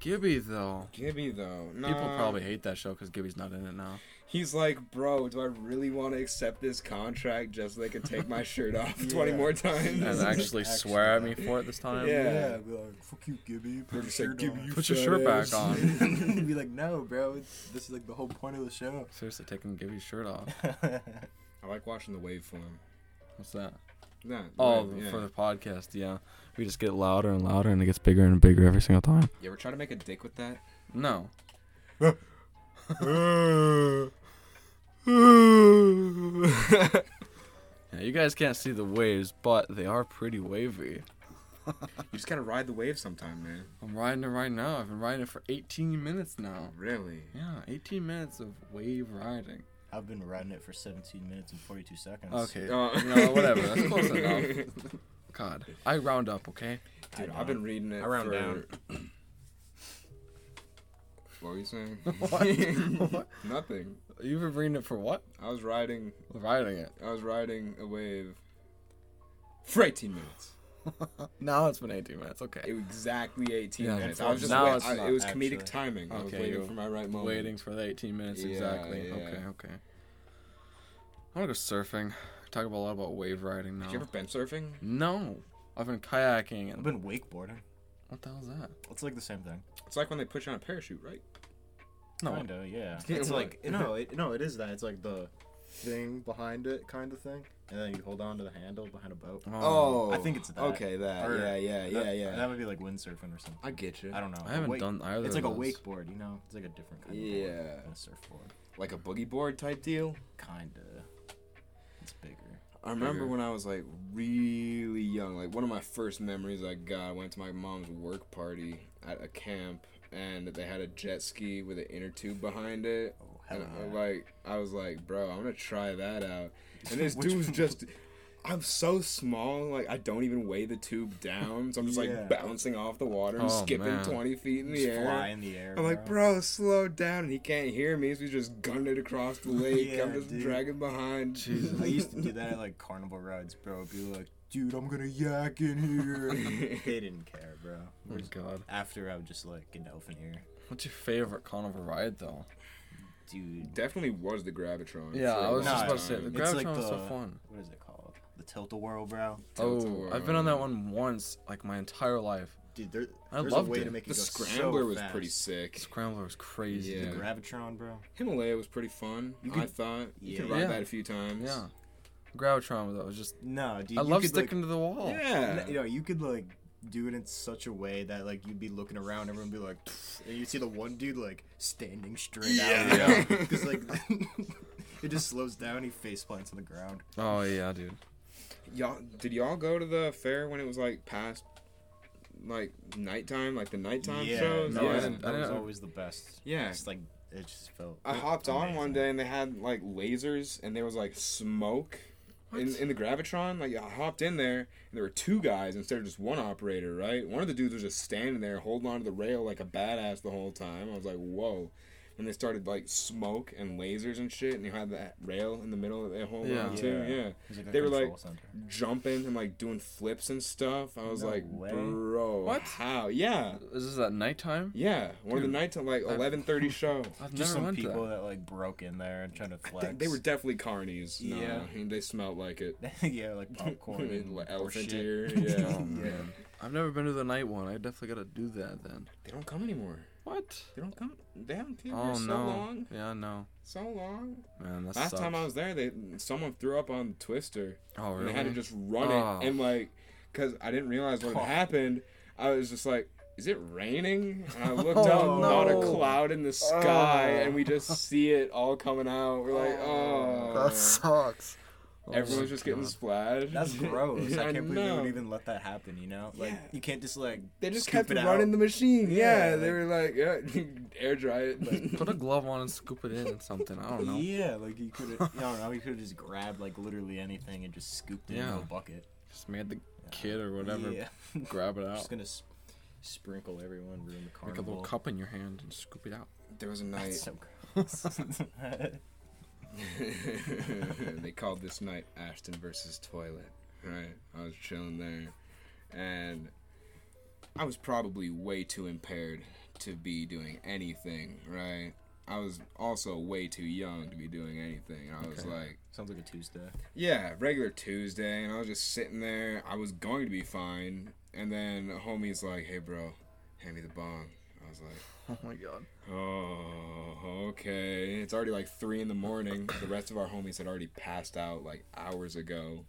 [SPEAKER 1] Gibby though.
[SPEAKER 2] Gibby though, no,
[SPEAKER 1] People probably hate that show because Gibby's not in it
[SPEAKER 2] *laughs*
[SPEAKER 1] now.
[SPEAKER 2] He's like, "Bro, do I really want to accept this contract just so they could take my shirt *laughs* off twenty
[SPEAKER 3] Yeah.
[SPEAKER 2] more times?"
[SPEAKER 1] And
[SPEAKER 2] *laughs*
[SPEAKER 3] This is
[SPEAKER 1] actually
[SPEAKER 3] like actually
[SPEAKER 1] swear at me
[SPEAKER 3] bad.
[SPEAKER 1] for it this time.
[SPEAKER 2] Yeah.
[SPEAKER 3] be like, fuck you, Gibby.
[SPEAKER 2] They're
[SPEAKER 3] Put your
[SPEAKER 2] just like,
[SPEAKER 3] shirt
[SPEAKER 2] "Gibby,
[SPEAKER 3] on.
[SPEAKER 2] you
[SPEAKER 1] Put your
[SPEAKER 2] fat
[SPEAKER 1] shirt back
[SPEAKER 3] *laughs*
[SPEAKER 2] ass."
[SPEAKER 1] on.
[SPEAKER 3] be like, no, bro. It's, this is like the whole point of
[SPEAKER 1] *laughs*
[SPEAKER 3] the show.
[SPEAKER 1] Seriously, taking Gibby's shirt off.
[SPEAKER 2] I like watching the waveform.
[SPEAKER 1] What's that?
[SPEAKER 2] Nah,
[SPEAKER 1] Oh,
[SPEAKER 2] wave, yeah.
[SPEAKER 1] for the podcast, yeah. We just get louder and louder, and it gets bigger and bigger every single time.
[SPEAKER 2] you ever try to make a dick
[SPEAKER 1] *laughs*
[SPEAKER 2] with that?
[SPEAKER 1] No. Yeah, you guys can't see the waves, but they are pretty wavy.
[SPEAKER 2] You just gotta ride the wave sometime, man.
[SPEAKER 1] I'm riding it right now. I've been riding it for 18 minutes now.
[SPEAKER 2] Really?
[SPEAKER 1] Yeah, 18 minutes of wave riding.
[SPEAKER 3] I've been riding it for 17 minutes and 42 seconds.
[SPEAKER 1] Okay,
[SPEAKER 2] Oh.
[SPEAKER 1] you know, whatever. That's
[SPEAKER 2] *laughs*
[SPEAKER 1] close enough. God, I round up, okay?
[SPEAKER 2] Dude,
[SPEAKER 3] I
[SPEAKER 2] I've been reading it.
[SPEAKER 3] I round
[SPEAKER 2] for...
[SPEAKER 3] down.
[SPEAKER 2] *clears throat* what were you
[SPEAKER 3] *laughs*
[SPEAKER 2] saying? *laughs*
[SPEAKER 1] What? What?
[SPEAKER 2] Nothing.
[SPEAKER 1] You've been reading it for what?
[SPEAKER 2] I was riding.
[SPEAKER 1] Riding it. *laughs*
[SPEAKER 2] I was riding a wave for 18 minutes.
[SPEAKER 1] Now it's been 18 minutes. Okay.
[SPEAKER 2] It was exactly 18
[SPEAKER 1] Yeah,
[SPEAKER 2] minutes.
[SPEAKER 1] it's-
[SPEAKER 2] I was just.
[SPEAKER 1] now
[SPEAKER 2] wait-
[SPEAKER 1] it's
[SPEAKER 2] I-
[SPEAKER 1] not,
[SPEAKER 2] it was
[SPEAKER 3] actually.
[SPEAKER 2] comedic timing. I was
[SPEAKER 1] Okay,
[SPEAKER 2] waiting
[SPEAKER 1] you-
[SPEAKER 2] for my right moment.
[SPEAKER 1] Waiting for the 18 minutes
[SPEAKER 2] Yeah,
[SPEAKER 1] exactly.
[SPEAKER 2] yeah.
[SPEAKER 1] Okay, okay. I want to go surfing. Talk about a lot about wave riding now.
[SPEAKER 2] Have you ever been surfing?
[SPEAKER 1] No, I've been kayaking
[SPEAKER 3] I've
[SPEAKER 1] and
[SPEAKER 3] been wakeboarding.
[SPEAKER 1] what the hell's that?
[SPEAKER 3] It's like the same thing.
[SPEAKER 2] It's like when they put you on a parachute, right?
[SPEAKER 1] No,
[SPEAKER 3] Kinda, yeah.
[SPEAKER 2] Yeah,
[SPEAKER 3] It's
[SPEAKER 2] what?
[SPEAKER 3] like
[SPEAKER 1] *laughs*
[SPEAKER 3] no, it, no, it is that. It's like the thing behind it, kind of thing, and then you hold on to the handle behind a boat.
[SPEAKER 1] Uh, Oh,
[SPEAKER 2] Oh.
[SPEAKER 3] Oh, I think it's that.
[SPEAKER 2] Okay, that.
[SPEAKER 3] Or-
[SPEAKER 2] yeah, yeah, yeah,
[SPEAKER 3] that,
[SPEAKER 2] yeah.
[SPEAKER 3] That would be like windsurfing or something.
[SPEAKER 2] I get you.
[SPEAKER 3] I don't know.
[SPEAKER 1] I haven't
[SPEAKER 3] Wake-
[SPEAKER 1] done either.
[SPEAKER 3] It's
[SPEAKER 1] of
[SPEAKER 3] like a
[SPEAKER 1] those.
[SPEAKER 3] wakeboard, you know. It's like a different kind of board
[SPEAKER 2] Yeah.
[SPEAKER 3] than a surfboard,
[SPEAKER 2] Like a boogie board type deal.
[SPEAKER 3] kinda. It's bigger.
[SPEAKER 2] I remember
[SPEAKER 1] Bigger.
[SPEAKER 2] when I was like really young, like one of my first memories I got I went to my mom's work party at a camp and they had a jet ski with an inner tube behind it.
[SPEAKER 3] Oh hell
[SPEAKER 2] And I,
[SPEAKER 3] yeah.
[SPEAKER 2] like I was like, bro, I'm gonna try that out.
[SPEAKER 3] *laughs*
[SPEAKER 2] And this
[SPEAKER 3] Which
[SPEAKER 2] dude was
[SPEAKER 3] one?
[SPEAKER 2] just I'm so small, like I don't even weigh the tube down, so I'm just
[SPEAKER 3] Yeah.
[SPEAKER 2] like bouncing off the water
[SPEAKER 1] Oh,
[SPEAKER 2] and skipping
[SPEAKER 1] man.
[SPEAKER 2] twenty feet in the
[SPEAKER 3] Just
[SPEAKER 2] air.
[SPEAKER 3] fly in the air.
[SPEAKER 2] I'm like, bro, slow down. And he can't hear me, so he's just gunned it across
[SPEAKER 3] *laughs*
[SPEAKER 2] the lake.
[SPEAKER 3] Yeah,
[SPEAKER 2] I'm just
[SPEAKER 3] dude.
[SPEAKER 2] dragging behind.
[SPEAKER 1] Jesus.
[SPEAKER 3] I used to do that at like carnival rides, bro. Be like, dude, I'm gonna yak in *laughs* here. they didn't care, bro.
[SPEAKER 1] Oh my god.
[SPEAKER 3] After I would just like get an elephant ear,
[SPEAKER 1] What's your favorite carnival ride though?
[SPEAKER 3] dude.
[SPEAKER 2] Definitely was the Gravitron.
[SPEAKER 1] Yeah,
[SPEAKER 2] for a
[SPEAKER 1] I was
[SPEAKER 2] long
[SPEAKER 1] just about to
[SPEAKER 2] time.
[SPEAKER 1] say the
[SPEAKER 3] It's like
[SPEAKER 1] Gravitron was so
[SPEAKER 3] the-
[SPEAKER 1] fun.
[SPEAKER 3] What is it called? The tilt a whirl, bro.
[SPEAKER 1] Oh, I've been on that
[SPEAKER 2] Tilt-a-whirl.
[SPEAKER 1] one once, like my entire life.
[SPEAKER 3] Dude, there,
[SPEAKER 1] I
[SPEAKER 3] there's
[SPEAKER 1] loved
[SPEAKER 3] a way
[SPEAKER 1] it.
[SPEAKER 3] to make
[SPEAKER 2] The
[SPEAKER 3] it go so
[SPEAKER 2] Scrambler was
[SPEAKER 3] fast.
[SPEAKER 2] pretty sick.
[SPEAKER 1] Scrambler was crazy.
[SPEAKER 3] The
[SPEAKER 2] Yeah.
[SPEAKER 1] dude.
[SPEAKER 3] gravitron, bro.
[SPEAKER 2] Himalaya was pretty fun.
[SPEAKER 3] You
[SPEAKER 2] I
[SPEAKER 3] could-
[SPEAKER 2] thought you could
[SPEAKER 3] Yeah.
[SPEAKER 2] ride
[SPEAKER 1] Yeah.
[SPEAKER 2] that a few times.
[SPEAKER 1] Yeah. grow trauma though. It's just
[SPEAKER 3] No, dude.
[SPEAKER 1] I
[SPEAKER 3] you
[SPEAKER 1] love
[SPEAKER 3] could,
[SPEAKER 1] sticking to the wall.
[SPEAKER 2] Yeah.
[SPEAKER 3] Like, you know, you could like do it in such a way that like you'd be looking around, everyone would be like, "Pfft," and you see the one dude like standing straight
[SPEAKER 2] Yeah.
[SPEAKER 3] *laughs* out, because like it just slows down. He face plants on the ground.
[SPEAKER 1] Oh yeah, dude.
[SPEAKER 2] Y'all, did y'all go to the fair when it was like past, like nighttime, like the nighttime shows?
[SPEAKER 1] no, I
[SPEAKER 2] yeah.
[SPEAKER 1] didn't-
[SPEAKER 3] That was
[SPEAKER 1] know.
[SPEAKER 3] always the best.
[SPEAKER 2] Yeah.
[SPEAKER 3] It's like it just felt.
[SPEAKER 2] I hopped on
[SPEAKER 3] amazing.
[SPEAKER 2] one day and they had like lasers and there was like smoke in, in the gravitron. Like I hopped in there and there were two guys instead of just one operator. Right, one of the dudes was just standing there holding onto the rail like a badass the whole time. I was like, whoa. And they started like smoke and lasers and shit, and you had that rail in the middle that they hold
[SPEAKER 1] Yeah.
[SPEAKER 2] on to.
[SPEAKER 3] Yeah.
[SPEAKER 2] Yeah,
[SPEAKER 3] It was, like, a
[SPEAKER 2] they were
[SPEAKER 3] control
[SPEAKER 2] like
[SPEAKER 3] center.
[SPEAKER 2] jumping and like doing flips and stuff. I was
[SPEAKER 3] No
[SPEAKER 2] like,
[SPEAKER 3] way.
[SPEAKER 2] bro,
[SPEAKER 1] What?
[SPEAKER 2] How? Yeah,
[SPEAKER 1] Is this at nighttime?
[SPEAKER 2] yeah. One of the nights at like eleven thirty show.
[SPEAKER 1] I've never
[SPEAKER 3] just some
[SPEAKER 1] went to
[SPEAKER 3] people
[SPEAKER 1] that.
[SPEAKER 3] that. like broke in there and trying to
[SPEAKER 2] I
[SPEAKER 3] flex.
[SPEAKER 2] think they were definitely carnies. No,
[SPEAKER 3] Yeah.
[SPEAKER 2] I mean, they smelled like it.
[SPEAKER 3] *laughs* yeah, like
[SPEAKER 2] *laughs*
[SPEAKER 3] popcorn
[SPEAKER 2] Like
[SPEAKER 3] and
[SPEAKER 2] elephant
[SPEAKER 3] shit. *laughs* Oh,
[SPEAKER 2] ear.
[SPEAKER 1] *laughs*
[SPEAKER 2] Yeah.
[SPEAKER 1] man. I've never been to the night one. I definitely gotta do that then.
[SPEAKER 2] They don't come anymore.
[SPEAKER 1] What?
[SPEAKER 2] They don't come. They haven't came
[SPEAKER 1] Oh
[SPEAKER 2] here so
[SPEAKER 1] no.
[SPEAKER 2] long.
[SPEAKER 1] Yeah, no.
[SPEAKER 2] So long.
[SPEAKER 1] Man, that
[SPEAKER 2] Last
[SPEAKER 1] sucks.
[SPEAKER 2] time I was there, they someone threw up on Twister.
[SPEAKER 1] Oh
[SPEAKER 2] And
[SPEAKER 1] really?
[SPEAKER 2] they had to just run
[SPEAKER 1] Oh.
[SPEAKER 2] it and like, cause I didn't realize what
[SPEAKER 3] Oh.
[SPEAKER 2] had happened. I was just like, "Is it raining?" And I looked
[SPEAKER 1] Oh,
[SPEAKER 2] up, not a
[SPEAKER 1] no.
[SPEAKER 2] cloud in the sky,
[SPEAKER 1] Oh.
[SPEAKER 2] and we just see it all coming out. We're like, "Oh."
[SPEAKER 1] that sucks. Oh,
[SPEAKER 2] Everyone's
[SPEAKER 1] my
[SPEAKER 2] just getting
[SPEAKER 1] God.
[SPEAKER 2] splashed. *laughs*
[SPEAKER 3] That's gross. I can't believe they
[SPEAKER 2] know.
[SPEAKER 3] would even let that happen. You know, like
[SPEAKER 2] Yeah.
[SPEAKER 3] you can't just like
[SPEAKER 2] They just
[SPEAKER 3] scoop
[SPEAKER 2] kept
[SPEAKER 3] it out.
[SPEAKER 2] running the machine. Yeah,
[SPEAKER 3] Yeah,
[SPEAKER 2] they
[SPEAKER 3] like-
[SPEAKER 2] were like, yeah, *laughs* air dry it.
[SPEAKER 1] *laughs* Put a glove on and scoop it in or something. I don't know.
[SPEAKER 2] *laughs*
[SPEAKER 3] Yeah, like you could have.
[SPEAKER 1] *laughs*
[SPEAKER 3] no, no, you could have just grabbed like literally anything and just scooped it into
[SPEAKER 1] Yeah.
[SPEAKER 3] a bucket.
[SPEAKER 1] Just made the kid or whatever
[SPEAKER 3] Yeah.
[SPEAKER 1] grab it out.
[SPEAKER 3] just gonna s- sprinkle everyone, ruin the
[SPEAKER 1] Make a
[SPEAKER 3] carnival.
[SPEAKER 1] little
[SPEAKER 3] *laughs*
[SPEAKER 1] cup in your hand and scoop it out.
[SPEAKER 2] there was a
[SPEAKER 1] *laughs*
[SPEAKER 2] *laughs*
[SPEAKER 3] That's
[SPEAKER 2] night.
[SPEAKER 3] so gross. *laughs*
[SPEAKER 2] they called this night Ashton versus Toilet. Right, I was chilling there, and I was probably way too impaired to be doing anything. Right, I was also way too young to be doing anything. I was
[SPEAKER 1] Okay.
[SPEAKER 2] like.
[SPEAKER 3] Sounds like a Tuesday.
[SPEAKER 2] Yeah, regular Tuesday, and I was just sitting there. I was going to be fine, and then a homie's like, "Hey, bro, hand me the bong." I was like,
[SPEAKER 1] Oh my god.
[SPEAKER 2] "Oh, okay." It's already like three in the morning. The rest of our homies had already passed out like hours ago.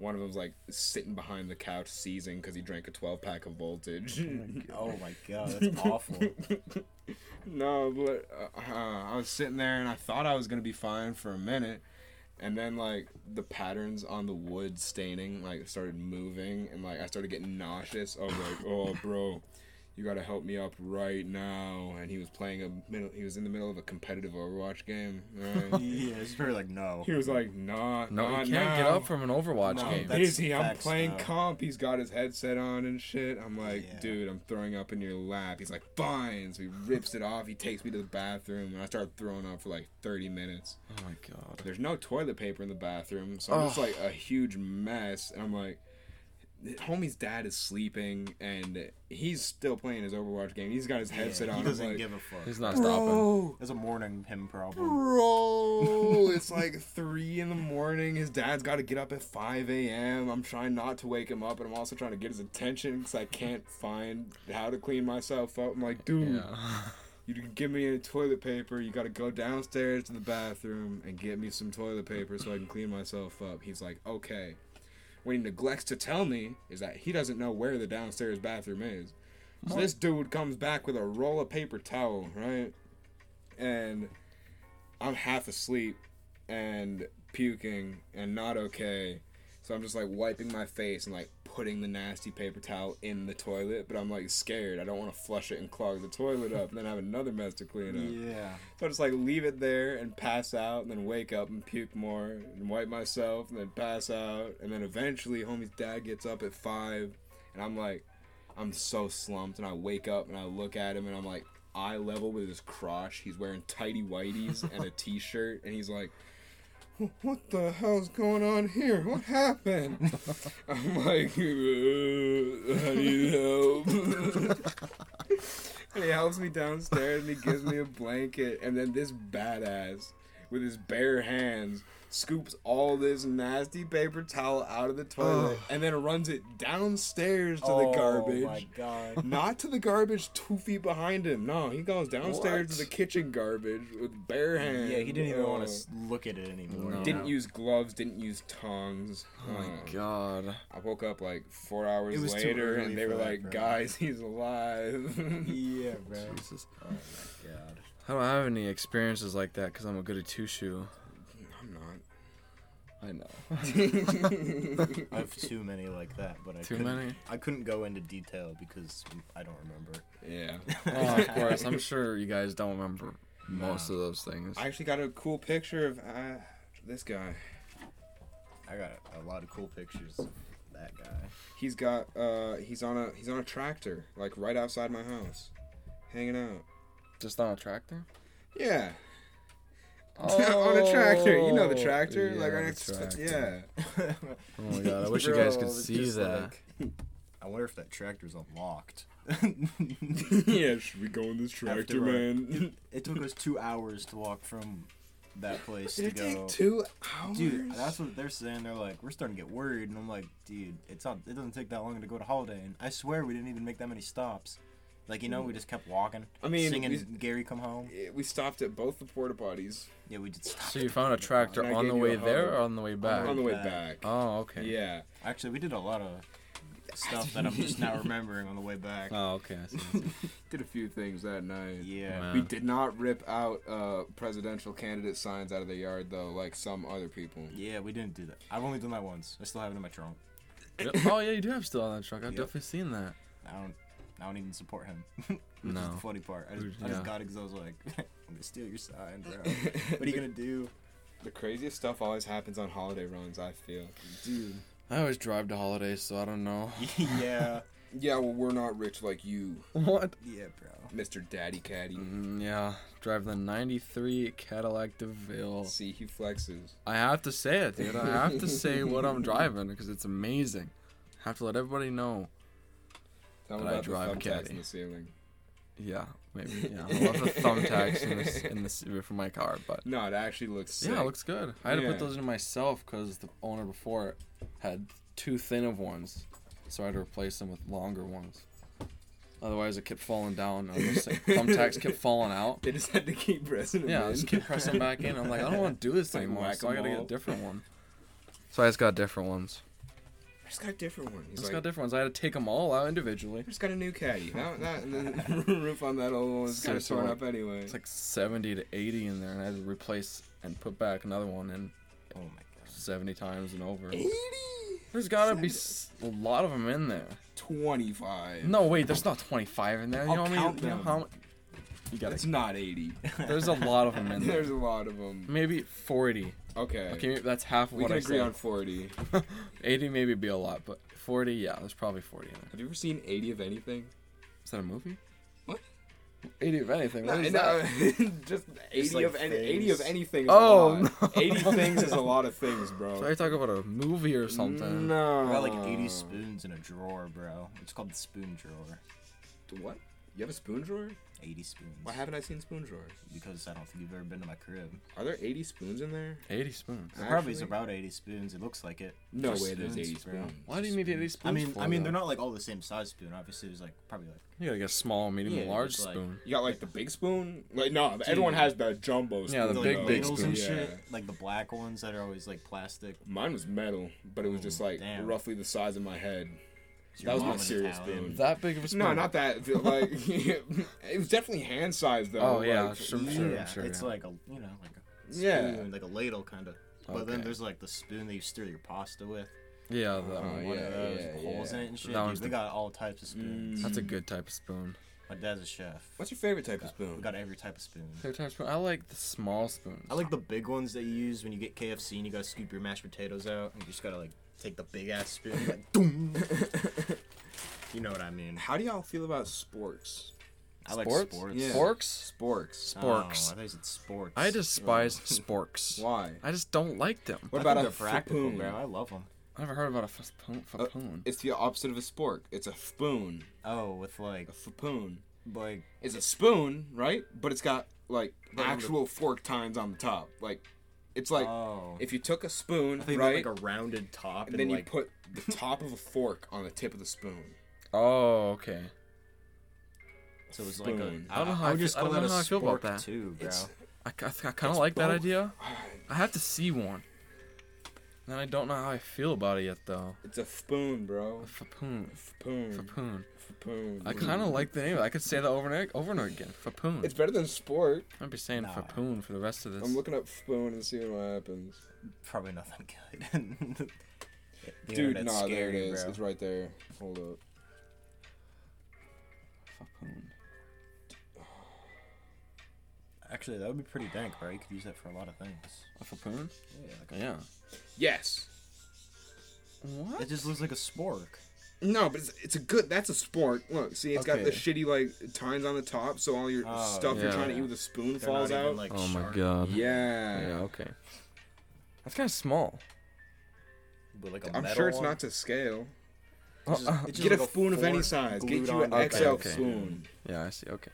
[SPEAKER 2] One of them's like sitting behind the couch, seizing because he drank a twelve pack of Voltage. *laughs*
[SPEAKER 3] Oh my god,
[SPEAKER 1] *laughs*
[SPEAKER 3] that's awful.
[SPEAKER 2] no, but uh, uh, I was sitting there and I thought I was gonna be fine for a minute, and then like the patterns on the wood staining like started moving and like I started getting nauseous. I was like, "Oh, bro, you gotta help me up right now!" And he was playing a middle. He was in the middle of a competitive Overwatch game. right?
[SPEAKER 3] *laughs* yeah, it's very like no.
[SPEAKER 2] he was like, "Nah,
[SPEAKER 1] No, you
[SPEAKER 2] nah,
[SPEAKER 1] can't
[SPEAKER 2] nah.
[SPEAKER 1] get up from an Overwatch
[SPEAKER 3] No,
[SPEAKER 1] game.
[SPEAKER 3] that- Um, That's
[SPEAKER 2] Busy, I'm
[SPEAKER 3] facts,
[SPEAKER 2] playing
[SPEAKER 3] though.
[SPEAKER 2] comp. He's got his headset on and shit. I'm like,
[SPEAKER 3] Yeah.
[SPEAKER 2] dude, I'm throwing up in your lap. He's like, fine. So he rips it off. He takes me to the bathroom, and I start throwing up for like 30 minutes.
[SPEAKER 1] Oh my god.
[SPEAKER 2] There's no toilet paper in the bathroom, so I'm just
[SPEAKER 1] Ugh.
[SPEAKER 2] like a huge mess. And I'm like, homie's dad is sleeping, and he's still playing his Overwatch game. He's got his
[SPEAKER 3] Yeah,
[SPEAKER 2] headset on.
[SPEAKER 3] he
[SPEAKER 2] I'm
[SPEAKER 3] doesn't
[SPEAKER 2] like,
[SPEAKER 3] give a fuck.
[SPEAKER 1] He's not stopping.
[SPEAKER 2] bro,
[SPEAKER 3] That's a morning him problem.
[SPEAKER 2] bro. it's like three in the morning. His dad's got to get up at five a.m. I'm trying not to wake him up, and I'm also trying to get his attention because I can't find how to clean myself up. I'm like, dude,
[SPEAKER 1] Yeah.
[SPEAKER 2] you can give me any toilet paper. You got to go downstairs to the bathroom and get me some toilet paper so I can clean myself up. He's like, okay. What he neglects to tell me is that he doesn't know where the downstairs bathroom is. So this dude comes back with a roll of paper towel, right? And I'm half asleep and puking and not okay. So I'm just like wiping my face and like putting the nasty paper towel in the toilet, but I'm like scared. I don't want to flush it and clog the toilet up and then have another mess to clean up.
[SPEAKER 3] Yeah.
[SPEAKER 2] So I just like leave it there and pass out and then wake up and puke more and wipe myself and then pass out and then eventually homie's dad gets up at five and I'm like I'm so slumped and I wake up and I look at him and I'm like eye level with his crotch. He's wearing tidy whities *laughs* and a t shirt and he's like what the hell's going on here? What *laughs* happened? I'm like, uh, I need help. and he helps me downstairs and he gives me a blanket. And then this badass with his bare hands, scoops all this nasty paper towel out of the toilet, and then runs it downstairs to the garbage.
[SPEAKER 3] Oh my *laughs* god.
[SPEAKER 2] Not to the garbage two feet behind him. No, he goes downstairs to the
[SPEAKER 1] What?
[SPEAKER 2] kitchen garbage with bare hands.
[SPEAKER 3] yeah, he didn't even want
[SPEAKER 2] Oh.
[SPEAKER 3] to look at it anymore.
[SPEAKER 1] No.
[SPEAKER 3] you
[SPEAKER 2] Didn't
[SPEAKER 3] know?
[SPEAKER 2] use gloves. Didn't use tongs.
[SPEAKER 1] Oh
[SPEAKER 2] Uh,
[SPEAKER 1] my god.
[SPEAKER 2] I woke up like four hours
[SPEAKER 3] It was too
[SPEAKER 2] later,
[SPEAKER 3] early
[SPEAKER 2] and they
[SPEAKER 3] for
[SPEAKER 2] were
[SPEAKER 3] that,
[SPEAKER 2] like,
[SPEAKER 3] bro.
[SPEAKER 2] "Guys, he's *laughs* alive."
[SPEAKER 3] *laughs* Yeah, bro.
[SPEAKER 1] Jesus.
[SPEAKER 3] Oh my god.
[SPEAKER 1] I don't have any experiences like that because I'm a goody two shoe.
[SPEAKER 2] I'm
[SPEAKER 1] I *laughs* know.
[SPEAKER 2] not.
[SPEAKER 3] I have too many like that, but I
[SPEAKER 1] Too
[SPEAKER 3] couldn't,
[SPEAKER 1] many?
[SPEAKER 3] I couldn't go into detail because I don't remember.
[SPEAKER 2] *laughs* *laughs* yeah.
[SPEAKER 1] Oh, of course. I'm sure you guys don't remember most
[SPEAKER 3] No.
[SPEAKER 1] of those things.
[SPEAKER 2] I actually got a cool picture of uh, this guy.
[SPEAKER 3] I got a lot of cool pictures of that guy. *laughs*
[SPEAKER 2] He's got uh, he's on a he's on a tractor like right outside my house, hanging out.
[SPEAKER 1] Just on a *laughs* tractor?
[SPEAKER 2] Yeah, *laughs* on a tractor. You know the
[SPEAKER 1] Oh,
[SPEAKER 2] tractor,
[SPEAKER 1] yeah,
[SPEAKER 2] like
[SPEAKER 1] on
[SPEAKER 2] right
[SPEAKER 1] a
[SPEAKER 2] next.
[SPEAKER 1] tractor.
[SPEAKER 2] Yeah.
[SPEAKER 1] Oh my god. I wish you guys could
[SPEAKER 3] Bro,
[SPEAKER 1] see
[SPEAKER 3] just
[SPEAKER 1] that.
[SPEAKER 3] like- I wonder if that tractor's *laughs* unlocked.
[SPEAKER 2] *laughs* yeah, should we go in this
[SPEAKER 3] After work. it took us two hours to walk from that
[SPEAKER 2] *laughs*
[SPEAKER 3] place
[SPEAKER 2] Did
[SPEAKER 3] to
[SPEAKER 2] it
[SPEAKER 3] go.
[SPEAKER 2] take two hours?
[SPEAKER 3] Dude, that's what they're saying. They're like, we're starting to get worried, and I'm like, dude, it's not. It doesn't take that long to go to Holiday, and I swear we didn't even make that many stops. Like you know, we just kept walking.
[SPEAKER 2] I mean,
[SPEAKER 3] singing
[SPEAKER 2] we-
[SPEAKER 3] Gary Come Home.
[SPEAKER 2] Yeah, we stopped at both the porta potties
[SPEAKER 3] Yeah, we did stop.
[SPEAKER 1] So you found a tractor
[SPEAKER 2] And I
[SPEAKER 1] on
[SPEAKER 2] gave
[SPEAKER 1] the
[SPEAKER 2] you a
[SPEAKER 1] way
[SPEAKER 2] hug.
[SPEAKER 1] there or on the way back?
[SPEAKER 2] on the way
[SPEAKER 3] back.
[SPEAKER 2] back.
[SPEAKER 1] Oh, okay.
[SPEAKER 2] Yeah.
[SPEAKER 3] Actually, we did a lot of stuff that I'm just now remembering on the way back.
[SPEAKER 1] Oh, okay. I see, I
[SPEAKER 2] *laughs*
[SPEAKER 1] see.
[SPEAKER 2] Did a few things that night.
[SPEAKER 3] yeah.
[SPEAKER 1] Wow.
[SPEAKER 2] We did not rip out uh, presidential candidate signs out of their yard though, like some other people.
[SPEAKER 3] Yeah, we didn't do that. I've only done that once. I still have it in my trunk.
[SPEAKER 1] Yep. oh, yeah, you do have still on that truck. I've
[SPEAKER 3] Yep.
[SPEAKER 1] definitely seen that.
[SPEAKER 3] I don't. I don't even support him. *laughs* Which is
[SPEAKER 1] No.
[SPEAKER 3] the funny part. I just, I
[SPEAKER 1] Yeah.
[SPEAKER 3] just got it because I was like, *laughs* I'm gonna steal your sign, bro. what are you gonna do,
[SPEAKER 2] The craziest stuff always happens on holiday runs. I feel.
[SPEAKER 3] dude? *laughs*
[SPEAKER 1] I always drive to holidays, so I don't
[SPEAKER 2] *laughs*
[SPEAKER 1] know.
[SPEAKER 3] yeah,
[SPEAKER 2] Yeah, well, we're not rich like you,
[SPEAKER 1] What?
[SPEAKER 3] yeah, bro.
[SPEAKER 2] Mr. Daddy Caddy.
[SPEAKER 1] Mm, yeah, drive the 93 Cadillac DeVille.
[SPEAKER 2] See, he flexes.
[SPEAKER 1] I have to say it, dude. I have to say what I'm driving because it's amazing. I have to let everybody know.
[SPEAKER 2] Tell him
[SPEAKER 1] But I
[SPEAKER 2] about the
[SPEAKER 1] drive a
[SPEAKER 2] thumbtacks
[SPEAKER 1] caddy.
[SPEAKER 2] in the ceiling.
[SPEAKER 1] Yeah, maybe. Yeah, I love the thumbtacks in this in this *laughs* for my car, but
[SPEAKER 2] No, it actually looks sick.
[SPEAKER 1] yeah, it looks good. I had to
[SPEAKER 2] Yeah.
[SPEAKER 1] put those in myself because the owner before had too thin of ones, so I had to replace them with longer ones. Otherwise, it kept falling down. and those *laughs* thumbtacks kept falling out.
[SPEAKER 2] *laughs* They just had to keep pressing him
[SPEAKER 1] Yeah, I
[SPEAKER 2] in.
[SPEAKER 1] just *laughs* keep pressing back in. I'm like, I don't want to do this
[SPEAKER 2] Like,
[SPEAKER 1] anymore,
[SPEAKER 2] whack
[SPEAKER 1] so I
[SPEAKER 2] 'em
[SPEAKER 1] gotta get a
[SPEAKER 2] all.
[SPEAKER 1] different one. So I just got different ones.
[SPEAKER 2] I just got a different one.
[SPEAKER 1] I
[SPEAKER 2] *laughs* He's
[SPEAKER 1] just
[SPEAKER 2] like,
[SPEAKER 1] got different ones. I had to take them all out individually.
[SPEAKER 2] I just got a new caddy. Now, that
[SPEAKER 1] *laughs*
[SPEAKER 2] and then the *laughs* roof on that old one was kind of
[SPEAKER 1] Seriously,
[SPEAKER 2] torn
[SPEAKER 1] like-
[SPEAKER 2] up anyway.
[SPEAKER 1] It's like 70 to 80 in there, and I had to replace and put back another one in
[SPEAKER 3] Oh my god.
[SPEAKER 1] 70 times and over.
[SPEAKER 2] 80?
[SPEAKER 1] There's gotta be s- a lot of them in there.
[SPEAKER 2] 25.
[SPEAKER 1] No, wait, there's not 25 in there. You
[SPEAKER 2] I'll
[SPEAKER 1] know how many?
[SPEAKER 2] count
[SPEAKER 1] You know
[SPEAKER 2] them.
[SPEAKER 1] how many? You gotta.
[SPEAKER 2] It's not
[SPEAKER 1] *laughs*
[SPEAKER 2] 80.
[SPEAKER 1] There's a lot of them
[SPEAKER 2] *laughs*
[SPEAKER 1] in there.
[SPEAKER 2] There's a lot of them.
[SPEAKER 1] Maybe 40.
[SPEAKER 2] Okay.
[SPEAKER 1] Hmm. Okay, maybe that's half of
[SPEAKER 2] we
[SPEAKER 1] what
[SPEAKER 2] can
[SPEAKER 1] I
[SPEAKER 2] agree
[SPEAKER 1] said.
[SPEAKER 2] on 40.
[SPEAKER 1] 80 maybe be a lot, but 40, yeah, there's probably 40 in there.
[SPEAKER 2] Have you ever seen 80 of anything?
[SPEAKER 1] Is that a movie?
[SPEAKER 2] What?
[SPEAKER 1] 80 of anything. What
[SPEAKER 2] No,
[SPEAKER 1] is
[SPEAKER 2] no,
[SPEAKER 1] that?
[SPEAKER 2] *laughs* just 80
[SPEAKER 3] like
[SPEAKER 2] of any, 80 of
[SPEAKER 3] things.
[SPEAKER 2] anything. Is
[SPEAKER 1] Oh,
[SPEAKER 2] a lot.
[SPEAKER 1] no. *laughs*
[SPEAKER 2] 80 things is a lot of things, bro.
[SPEAKER 1] So I talk about a movie or something.
[SPEAKER 2] No.
[SPEAKER 3] I got like
[SPEAKER 2] Oh.
[SPEAKER 3] 80 spoons in a drawer, bro. It's called the spoon drawer.
[SPEAKER 2] What? You have a spoon drawer?
[SPEAKER 3] 80 spoons.
[SPEAKER 2] Why haven't I seen spoon drawers?
[SPEAKER 3] Because I don't think you've ever been to my crib.
[SPEAKER 2] Are there 80 spoons in there?
[SPEAKER 1] 80 spoons.
[SPEAKER 3] There probably is
[SPEAKER 2] Actually?
[SPEAKER 3] about 80 spoons. It looks like it.
[SPEAKER 2] No
[SPEAKER 3] Just
[SPEAKER 2] way there's
[SPEAKER 3] spoons,
[SPEAKER 2] 80
[SPEAKER 3] bro.
[SPEAKER 2] spoons.
[SPEAKER 1] Why do you need 80 spoons?
[SPEAKER 3] I mean,
[SPEAKER 1] for,
[SPEAKER 3] I mean,
[SPEAKER 1] though?
[SPEAKER 3] they're not like all the same size spoon. Obviously, there's like probably like
[SPEAKER 1] You gotta get a small, medium,
[SPEAKER 3] Yeah,
[SPEAKER 1] and large
[SPEAKER 3] it's like-
[SPEAKER 1] spoon.
[SPEAKER 2] You got like the big spoon? Like no, everyone has the jumbo spoon.
[SPEAKER 1] Yeah, the
[SPEAKER 3] like,
[SPEAKER 1] big,
[SPEAKER 2] though.
[SPEAKER 1] big
[SPEAKER 3] ladles
[SPEAKER 1] spoon.
[SPEAKER 3] and
[SPEAKER 2] Yeah.
[SPEAKER 3] shit, like the black ones that are always like plastic.
[SPEAKER 2] Mine was metal, but it was just like
[SPEAKER 3] damn.
[SPEAKER 2] roughly the size of my head.
[SPEAKER 3] It's
[SPEAKER 2] That was my
[SPEAKER 3] mom in
[SPEAKER 2] serious
[SPEAKER 3] Italian.
[SPEAKER 2] spoon.
[SPEAKER 1] That big of a spoon?
[SPEAKER 2] No, not
[SPEAKER 3] *laughs*
[SPEAKER 2] that. Like *laughs* it was definitely hand sized though.
[SPEAKER 1] Oh,
[SPEAKER 2] like,
[SPEAKER 1] yeah, sure, I'm sure,
[SPEAKER 3] yeah,
[SPEAKER 1] I'm sure.
[SPEAKER 3] it's
[SPEAKER 1] yeah.
[SPEAKER 3] like a you know like a spoon,
[SPEAKER 2] Yeah.
[SPEAKER 3] like a ladle kind of. But then
[SPEAKER 1] Okay.
[SPEAKER 3] there's like the spoon that you stir your pasta with.
[SPEAKER 1] Yeah, that
[SPEAKER 2] Oh,
[SPEAKER 1] one.
[SPEAKER 2] yeah,
[SPEAKER 3] One of those with
[SPEAKER 2] yeah,
[SPEAKER 3] holes
[SPEAKER 2] yeah.
[SPEAKER 3] in it and shit.
[SPEAKER 1] That
[SPEAKER 3] Dude,
[SPEAKER 1] one's
[SPEAKER 3] we
[SPEAKER 1] the- Mm.
[SPEAKER 3] got all types of spoons.
[SPEAKER 1] That's a good type of spoon.
[SPEAKER 3] My dad's a chef.
[SPEAKER 2] What's your favorite type of
[SPEAKER 3] We
[SPEAKER 2] spoon?
[SPEAKER 3] got every type of spoon.
[SPEAKER 1] Favorite type of spoon? I like the small spoons.
[SPEAKER 3] I like the big ones that you use when you get KFC and you gotta scoop your mashed potatoes out and you just gotta like take the big ass spoon. Like, doom. *laughs* you know what I mean?
[SPEAKER 2] How do y'all feel about sporks?
[SPEAKER 3] I like
[SPEAKER 1] sporks.
[SPEAKER 3] sports.
[SPEAKER 2] Yeah.
[SPEAKER 1] Sporks?
[SPEAKER 2] Sporks.
[SPEAKER 3] Oh, I
[SPEAKER 1] Sporks.
[SPEAKER 3] thought you said sports.
[SPEAKER 1] I
[SPEAKER 2] *laughs*
[SPEAKER 1] despise sporks.
[SPEAKER 2] Why?
[SPEAKER 1] I just don't like them.
[SPEAKER 2] What
[SPEAKER 3] I
[SPEAKER 2] about
[SPEAKER 3] think
[SPEAKER 2] a
[SPEAKER 3] they're practical,
[SPEAKER 2] fapoon?
[SPEAKER 3] bro? I love them.
[SPEAKER 1] I never heard about a f- spoon.
[SPEAKER 2] Uh,
[SPEAKER 1] fapoon.
[SPEAKER 2] it's the opposite of a spork. It's a spoon.
[SPEAKER 3] Oh, with like
[SPEAKER 2] A fapoon.
[SPEAKER 3] Like
[SPEAKER 2] It's a spoon, right? But it's got like
[SPEAKER 1] on the-
[SPEAKER 2] actual fork tines on the top. Like it's like
[SPEAKER 3] oh,
[SPEAKER 2] if you took a spoon,
[SPEAKER 3] I think they
[SPEAKER 2] right?
[SPEAKER 3] had, like a rounded top and,
[SPEAKER 2] and then
[SPEAKER 3] like
[SPEAKER 2] you put the top of a fork on the tip of the spoon.
[SPEAKER 1] Oh, okay.
[SPEAKER 3] so it was like a.
[SPEAKER 2] spoon.
[SPEAKER 1] I don't know how
[SPEAKER 3] I
[SPEAKER 1] I
[SPEAKER 3] would
[SPEAKER 1] feel-
[SPEAKER 3] just
[SPEAKER 1] I
[SPEAKER 3] call
[SPEAKER 1] don't know
[SPEAKER 3] that a
[SPEAKER 1] how I feel about
[SPEAKER 3] spork
[SPEAKER 1] that.
[SPEAKER 3] too, bro.
[SPEAKER 2] It's-
[SPEAKER 1] I, kind of like that
[SPEAKER 2] *sighs*
[SPEAKER 1] idea. I have to see one. Then I don't know how I feel about it yet, though.
[SPEAKER 2] It's a spoon, bro.
[SPEAKER 1] Fapoon.
[SPEAKER 2] Fapoon.
[SPEAKER 1] Fapoon.
[SPEAKER 2] Fapoon.
[SPEAKER 1] I kind of like the name. I could say that over and ag- over and over again. Fapoon.
[SPEAKER 2] It's better than sport.
[SPEAKER 1] I'd be saying
[SPEAKER 3] Nah.
[SPEAKER 1] fapoon for the rest of this.
[SPEAKER 2] I'm looking up spoon and seeing what happens.
[SPEAKER 3] *laughs* Probably nothing good. *laughs* The
[SPEAKER 2] Dude,
[SPEAKER 3] internet's
[SPEAKER 2] nah, there it
[SPEAKER 3] scary,
[SPEAKER 2] is.
[SPEAKER 3] bro.
[SPEAKER 2] It's right there. Hold up.
[SPEAKER 1] Fapoon.
[SPEAKER 3] Actually, that would be pretty dank, bro. You could use that for a lot of things.
[SPEAKER 1] A fapoon?
[SPEAKER 3] Yeah, like a-
[SPEAKER 1] Yeah.
[SPEAKER 2] Yes.
[SPEAKER 1] What?
[SPEAKER 3] It just looks like a spork.
[SPEAKER 2] No, but it's, it's a good. That's a sport. Look, see, it's got the
[SPEAKER 3] Okay.
[SPEAKER 2] shitty like tines on the top, so all your
[SPEAKER 3] Oh,
[SPEAKER 2] stuff you're
[SPEAKER 1] yeah.
[SPEAKER 2] trying to eat with a spoon falls out.
[SPEAKER 1] Oh my god.
[SPEAKER 2] yeah.
[SPEAKER 1] Yeah. Okay. That's kind of small.
[SPEAKER 3] But like a
[SPEAKER 2] I'm
[SPEAKER 3] metal
[SPEAKER 2] sure it's
[SPEAKER 3] one.
[SPEAKER 2] not to scale.
[SPEAKER 1] Oh,
[SPEAKER 3] just-
[SPEAKER 1] uh,
[SPEAKER 3] it's
[SPEAKER 2] Get
[SPEAKER 3] like
[SPEAKER 2] a spoon of any
[SPEAKER 3] fork
[SPEAKER 2] size. Get
[SPEAKER 3] glued
[SPEAKER 2] you an
[SPEAKER 3] on.
[SPEAKER 1] Okay,
[SPEAKER 2] XL
[SPEAKER 1] okay.
[SPEAKER 2] spoon.
[SPEAKER 1] yeah, I see. Okay.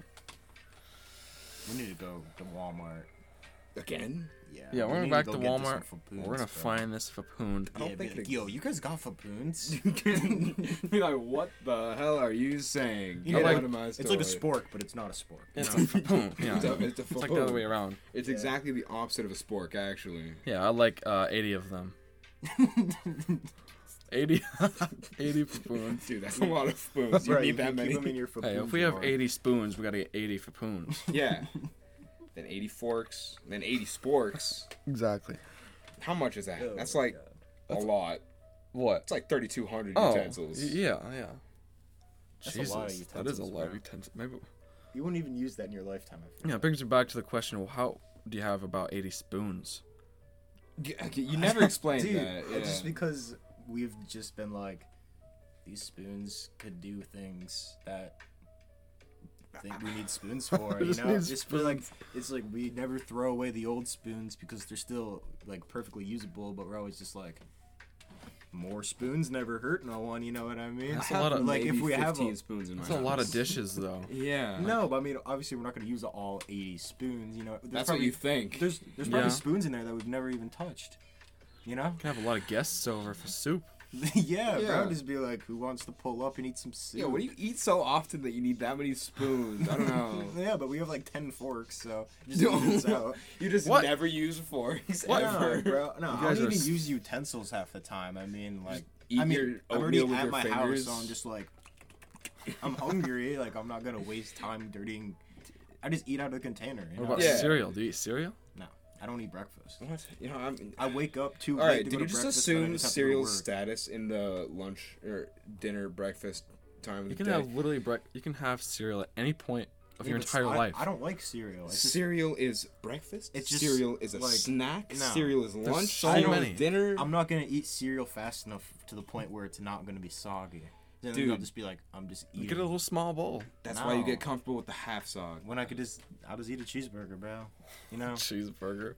[SPEAKER 3] We need to go to Walmart.
[SPEAKER 2] Again?
[SPEAKER 3] Yeah.
[SPEAKER 1] Yeah,
[SPEAKER 3] we
[SPEAKER 1] we're gonna
[SPEAKER 3] need
[SPEAKER 1] back
[SPEAKER 3] go
[SPEAKER 1] to
[SPEAKER 3] get this one
[SPEAKER 1] Walmart.
[SPEAKER 3] for Boons,
[SPEAKER 1] We're gonna
[SPEAKER 3] bro.
[SPEAKER 1] find this fapoon.
[SPEAKER 3] *laughs*
[SPEAKER 2] don't
[SPEAKER 3] Yeah, be
[SPEAKER 2] think
[SPEAKER 3] like,
[SPEAKER 2] they-
[SPEAKER 3] yo, you guys
[SPEAKER 2] *laughs*
[SPEAKER 3] got
[SPEAKER 2] *laughs*
[SPEAKER 3] fapoons?
[SPEAKER 2] Be like, what the hell are you saying?
[SPEAKER 3] You know,
[SPEAKER 2] Get
[SPEAKER 3] like-
[SPEAKER 2] out of my
[SPEAKER 3] it's like a
[SPEAKER 2] store.
[SPEAKER 3] spork, but it's not a spork.
[SPEAKER 1] It's a fapoon. Yeah.
[SPEAKER 2] It's, a,
[SPEAKER 1] It's
[SPEAKER 2] it's, a
[SPEAKER 1] like the other
[SPEAKER 2] fapoon.
[SPEAKER 1] way around.
[SPEAKER 2] It's exactly the opposite of a spork, actually.
[SPEAKER 1] Yeah, I like uh, 80 of
[SPEAKER 3] *laughs*
[SPEAKER 1] them. *laughs* 80, 80 fapoons.
[SPEAKER 2] *laughs* Dude, *laughs* that's a lot of spoons. You
[SPEAKER 3] Bro,
[SPEAKER 2] need that
[SPEAKER 3] can keep
[SPEAKER 2] many.
[SPEAKER 3] them in your
[SPEAKER 1] Hey,
[SPEAKER 3] fapoon
[SPEAKER 1] if we have
[SPEAKER 3] drawer.
[SPEAKER 1] 80 spoons, we gotta get 80 fapoons.
[SPEAKER 2] yeah. *laughs* Then 80 forks. Then 80 sporks.
[SPEAKER 1] Exactly.
[SPEAKER 2] How much is that?
[SPEAKER 3] Oh
[SPEAKER 2] that's
[SPEAKER 3] my
[SPEAKER 2] like
[SPEAKER 3] God.
[SPEAKER 2] a lot.
[SPEAKER 1] What?
[SPEAKER 3] *laughs*
[SPEAKER 2] It's like 3,200
[SPEAKER 1] Oh,
[SPEAKER 2] utensils.
[SPEAKER 1] y- yeah, yeah.
[SPEAKER 3] That's a
[SPEAKER 1] Jesus,
[SPEAKER 3] lot of
[SPEAKER 1] that is a
[SPEAKER 3] utensils,
[SPEAKER 1] lot of
[SPEAKER 3] bro.
[SPEAKER 1] utensils. Maybe.
[SPEAKER 3] You wouldn't even use that in your lifetime. I feel.
[SPEAKER 1] Yeah, it brings me back to the question: Well, how do you have about 80 spoons?
[SPEAKER 2] Y- okay, You never explained
[SPEAKER 3] Dude,
[SPEAKER 2] that.
[SPEAKER 3] uh, just
[SPEAKER 2] yeah.
[SPEAKER 3] because we've just been like, these spoons could do things that I think we need spoons for. you
[SPEAKER 1] Just
[SPEAKER 3] know,
[SPEAKER 1] need
[SPEAKER 3] just feel like it's like we never throw away the old spoons because they're still like perfectly usable, but we're always just like. More spoons never hurt no one, you know what I mean?
[SPEAKER 1] That's a lot of-
[SPEAKER 3] like if
[SPEAKER 2] Maybe
[SPEAKER 3] we have
[SPEAKER 2] 15
[SPEAKER 3] a,
[SPEAKER 2] spoons in my
[SPEAKER 1] That's a lot of
[SPEAKER 2] house.
[SPEAKER 1] dishes, though.
[SPEAKER 2] Yeah.
[SPEAKER 3] no, but I mean obviously we're not going to use all 80 spoons, you know. There's
[SPEAKER 2] That's what
[SPEAKER 3] probably
[SPEAKER 2] you think.
[SPEAKER 3] There's there's probably
[SPEAKER 1] Yeah.
[SPEAKER 3] spoons in there that we've never even touched. You know?
[SPEAKER 1] Can have a lot of guests over for soup.
[SPEAKER 3] *laughs* yeah,
[SPEAKER 2] Yeah.
[SPEAKER 3] bro. Just be like, who wants to pull up and eat some soup?
[SPEAKER 2] Yeah, what do you eat so often that you need that many spoons? I don't know.
[SPEAKER 3] *laughs*
[SPEAKER 2] *laughs*
[SPEAKER 3] Yeah, but we have like ten forks, so just eat this out.
[SPEAKER 2] you just
[SPEAKER 1] What?
[SPEAKER 2] never use forks
[SPEAKER 1] What?
[SPEAKER 3] No,
[SPEAKER 2] *laughs* ever.
[SPEAKER 3] bro. No, I
[SPEAKER 1] guys
[SPEAKER 3] don't
[SPEAKER 1] are
[SPEAKER 3] even
[SPEAKER 1] s-
[SPEAKER 3] use utensils half the time. I mean, like,
[SPEAKER 2] eat
[SPEAKER 3] I mean,
[SPEAKER 2] your
[SPEAKER 3] I'm already
[SPEAKER 2] oatmeal with
[SPEAKER 3] at
[SPEAKER 2] your
[SPEAKER 3] my
[SPEAKER 2] fingers.
[SPEAKER 3] house, so I'm just like, I'm
[SPEAKER 2] *laughs*
[SPEAKER 3] hungry. like, I'm not gonna waste time dirtying. I just eat out of the container. You
[SPEAKER 1] What
[SPEAKER 3] know?
[SPEAKER 1] about
[SPEAKER 2] Yeah.
[SPEAKER 1] cereal? Do you eat cereal?
[SPEAKER 3] No, I don't eat breakfast.
[SPEAKER 2] What? You know, I'm.
[SPEAKER 3] I wake up too
[SPEAKER 2] All
[SPEAKER 3] late.
[SPEAKER 2] right.
[SPEAKER 3] to
[SPEAKER 2] Did
[SPEAKER 3] go
[SPEAKER 2] you
[SPEAKER 3] to
[SPEAKER 2] just
[SPEAKER 3] breakfast, and I
[SPEAKER 2] assume
[SPEAKER 3] just have to go to
[SPEAKER 2] cereal
[SPEAKER 3] work.
[SPEAKER 2] status in the lunch or dinner, breakfast time of
[SPEAKER 1] You
[SPEAKER 2] the
[SPEAKER 1] can
[SPEAKER 2] day?
[SPEAKER 1] have literally bre- You can have cereal at any point of
[SPEAKER 3] Yeah,
[SPEAKER 1] your
[SPEAKER 3] but
[SPEAKER 1] entire
[SPEAKER 3] I,
[SPEAKER 1] life.
[SPEAKER 3] I don't like cereal. It's just,
[SPEAKER 2] cereal is breakfast.
[SPEAKER 3] It's just,
[SPEAKER 2] cereal is a
[SPEAKER 3] like,
[SPEAKER 2] snack.
[SPEAKER 3] no.
[SPEAKER 2] Cereal is lunch.
[SPEAKER 1] so
[SPEAKER 2] cereal
[SPEAKER 1] many.
[SPEAKER 2] is dinner.
[SPEAKER 3] I'm not gonna eat cereal fast enough to the point where it's not gonna be soggy. Then I'll
[SPEAKER 2] Dude.
[SPEAKER 3] just be like, I'm just
[SPEAKER 1] You
[SPEAKER 3] eating.
[SPEAKER 1] get a little small bowl.
[SPEAKER 2] That's why you
[SPEAKER 3] no.
[SPEAKER 2] get comfortable with the half sog.
[SPEAKER 3] when I could just, I'll just eat a cheeseburger, bro. You know,
[SPEAKER 1] Cheeseburger.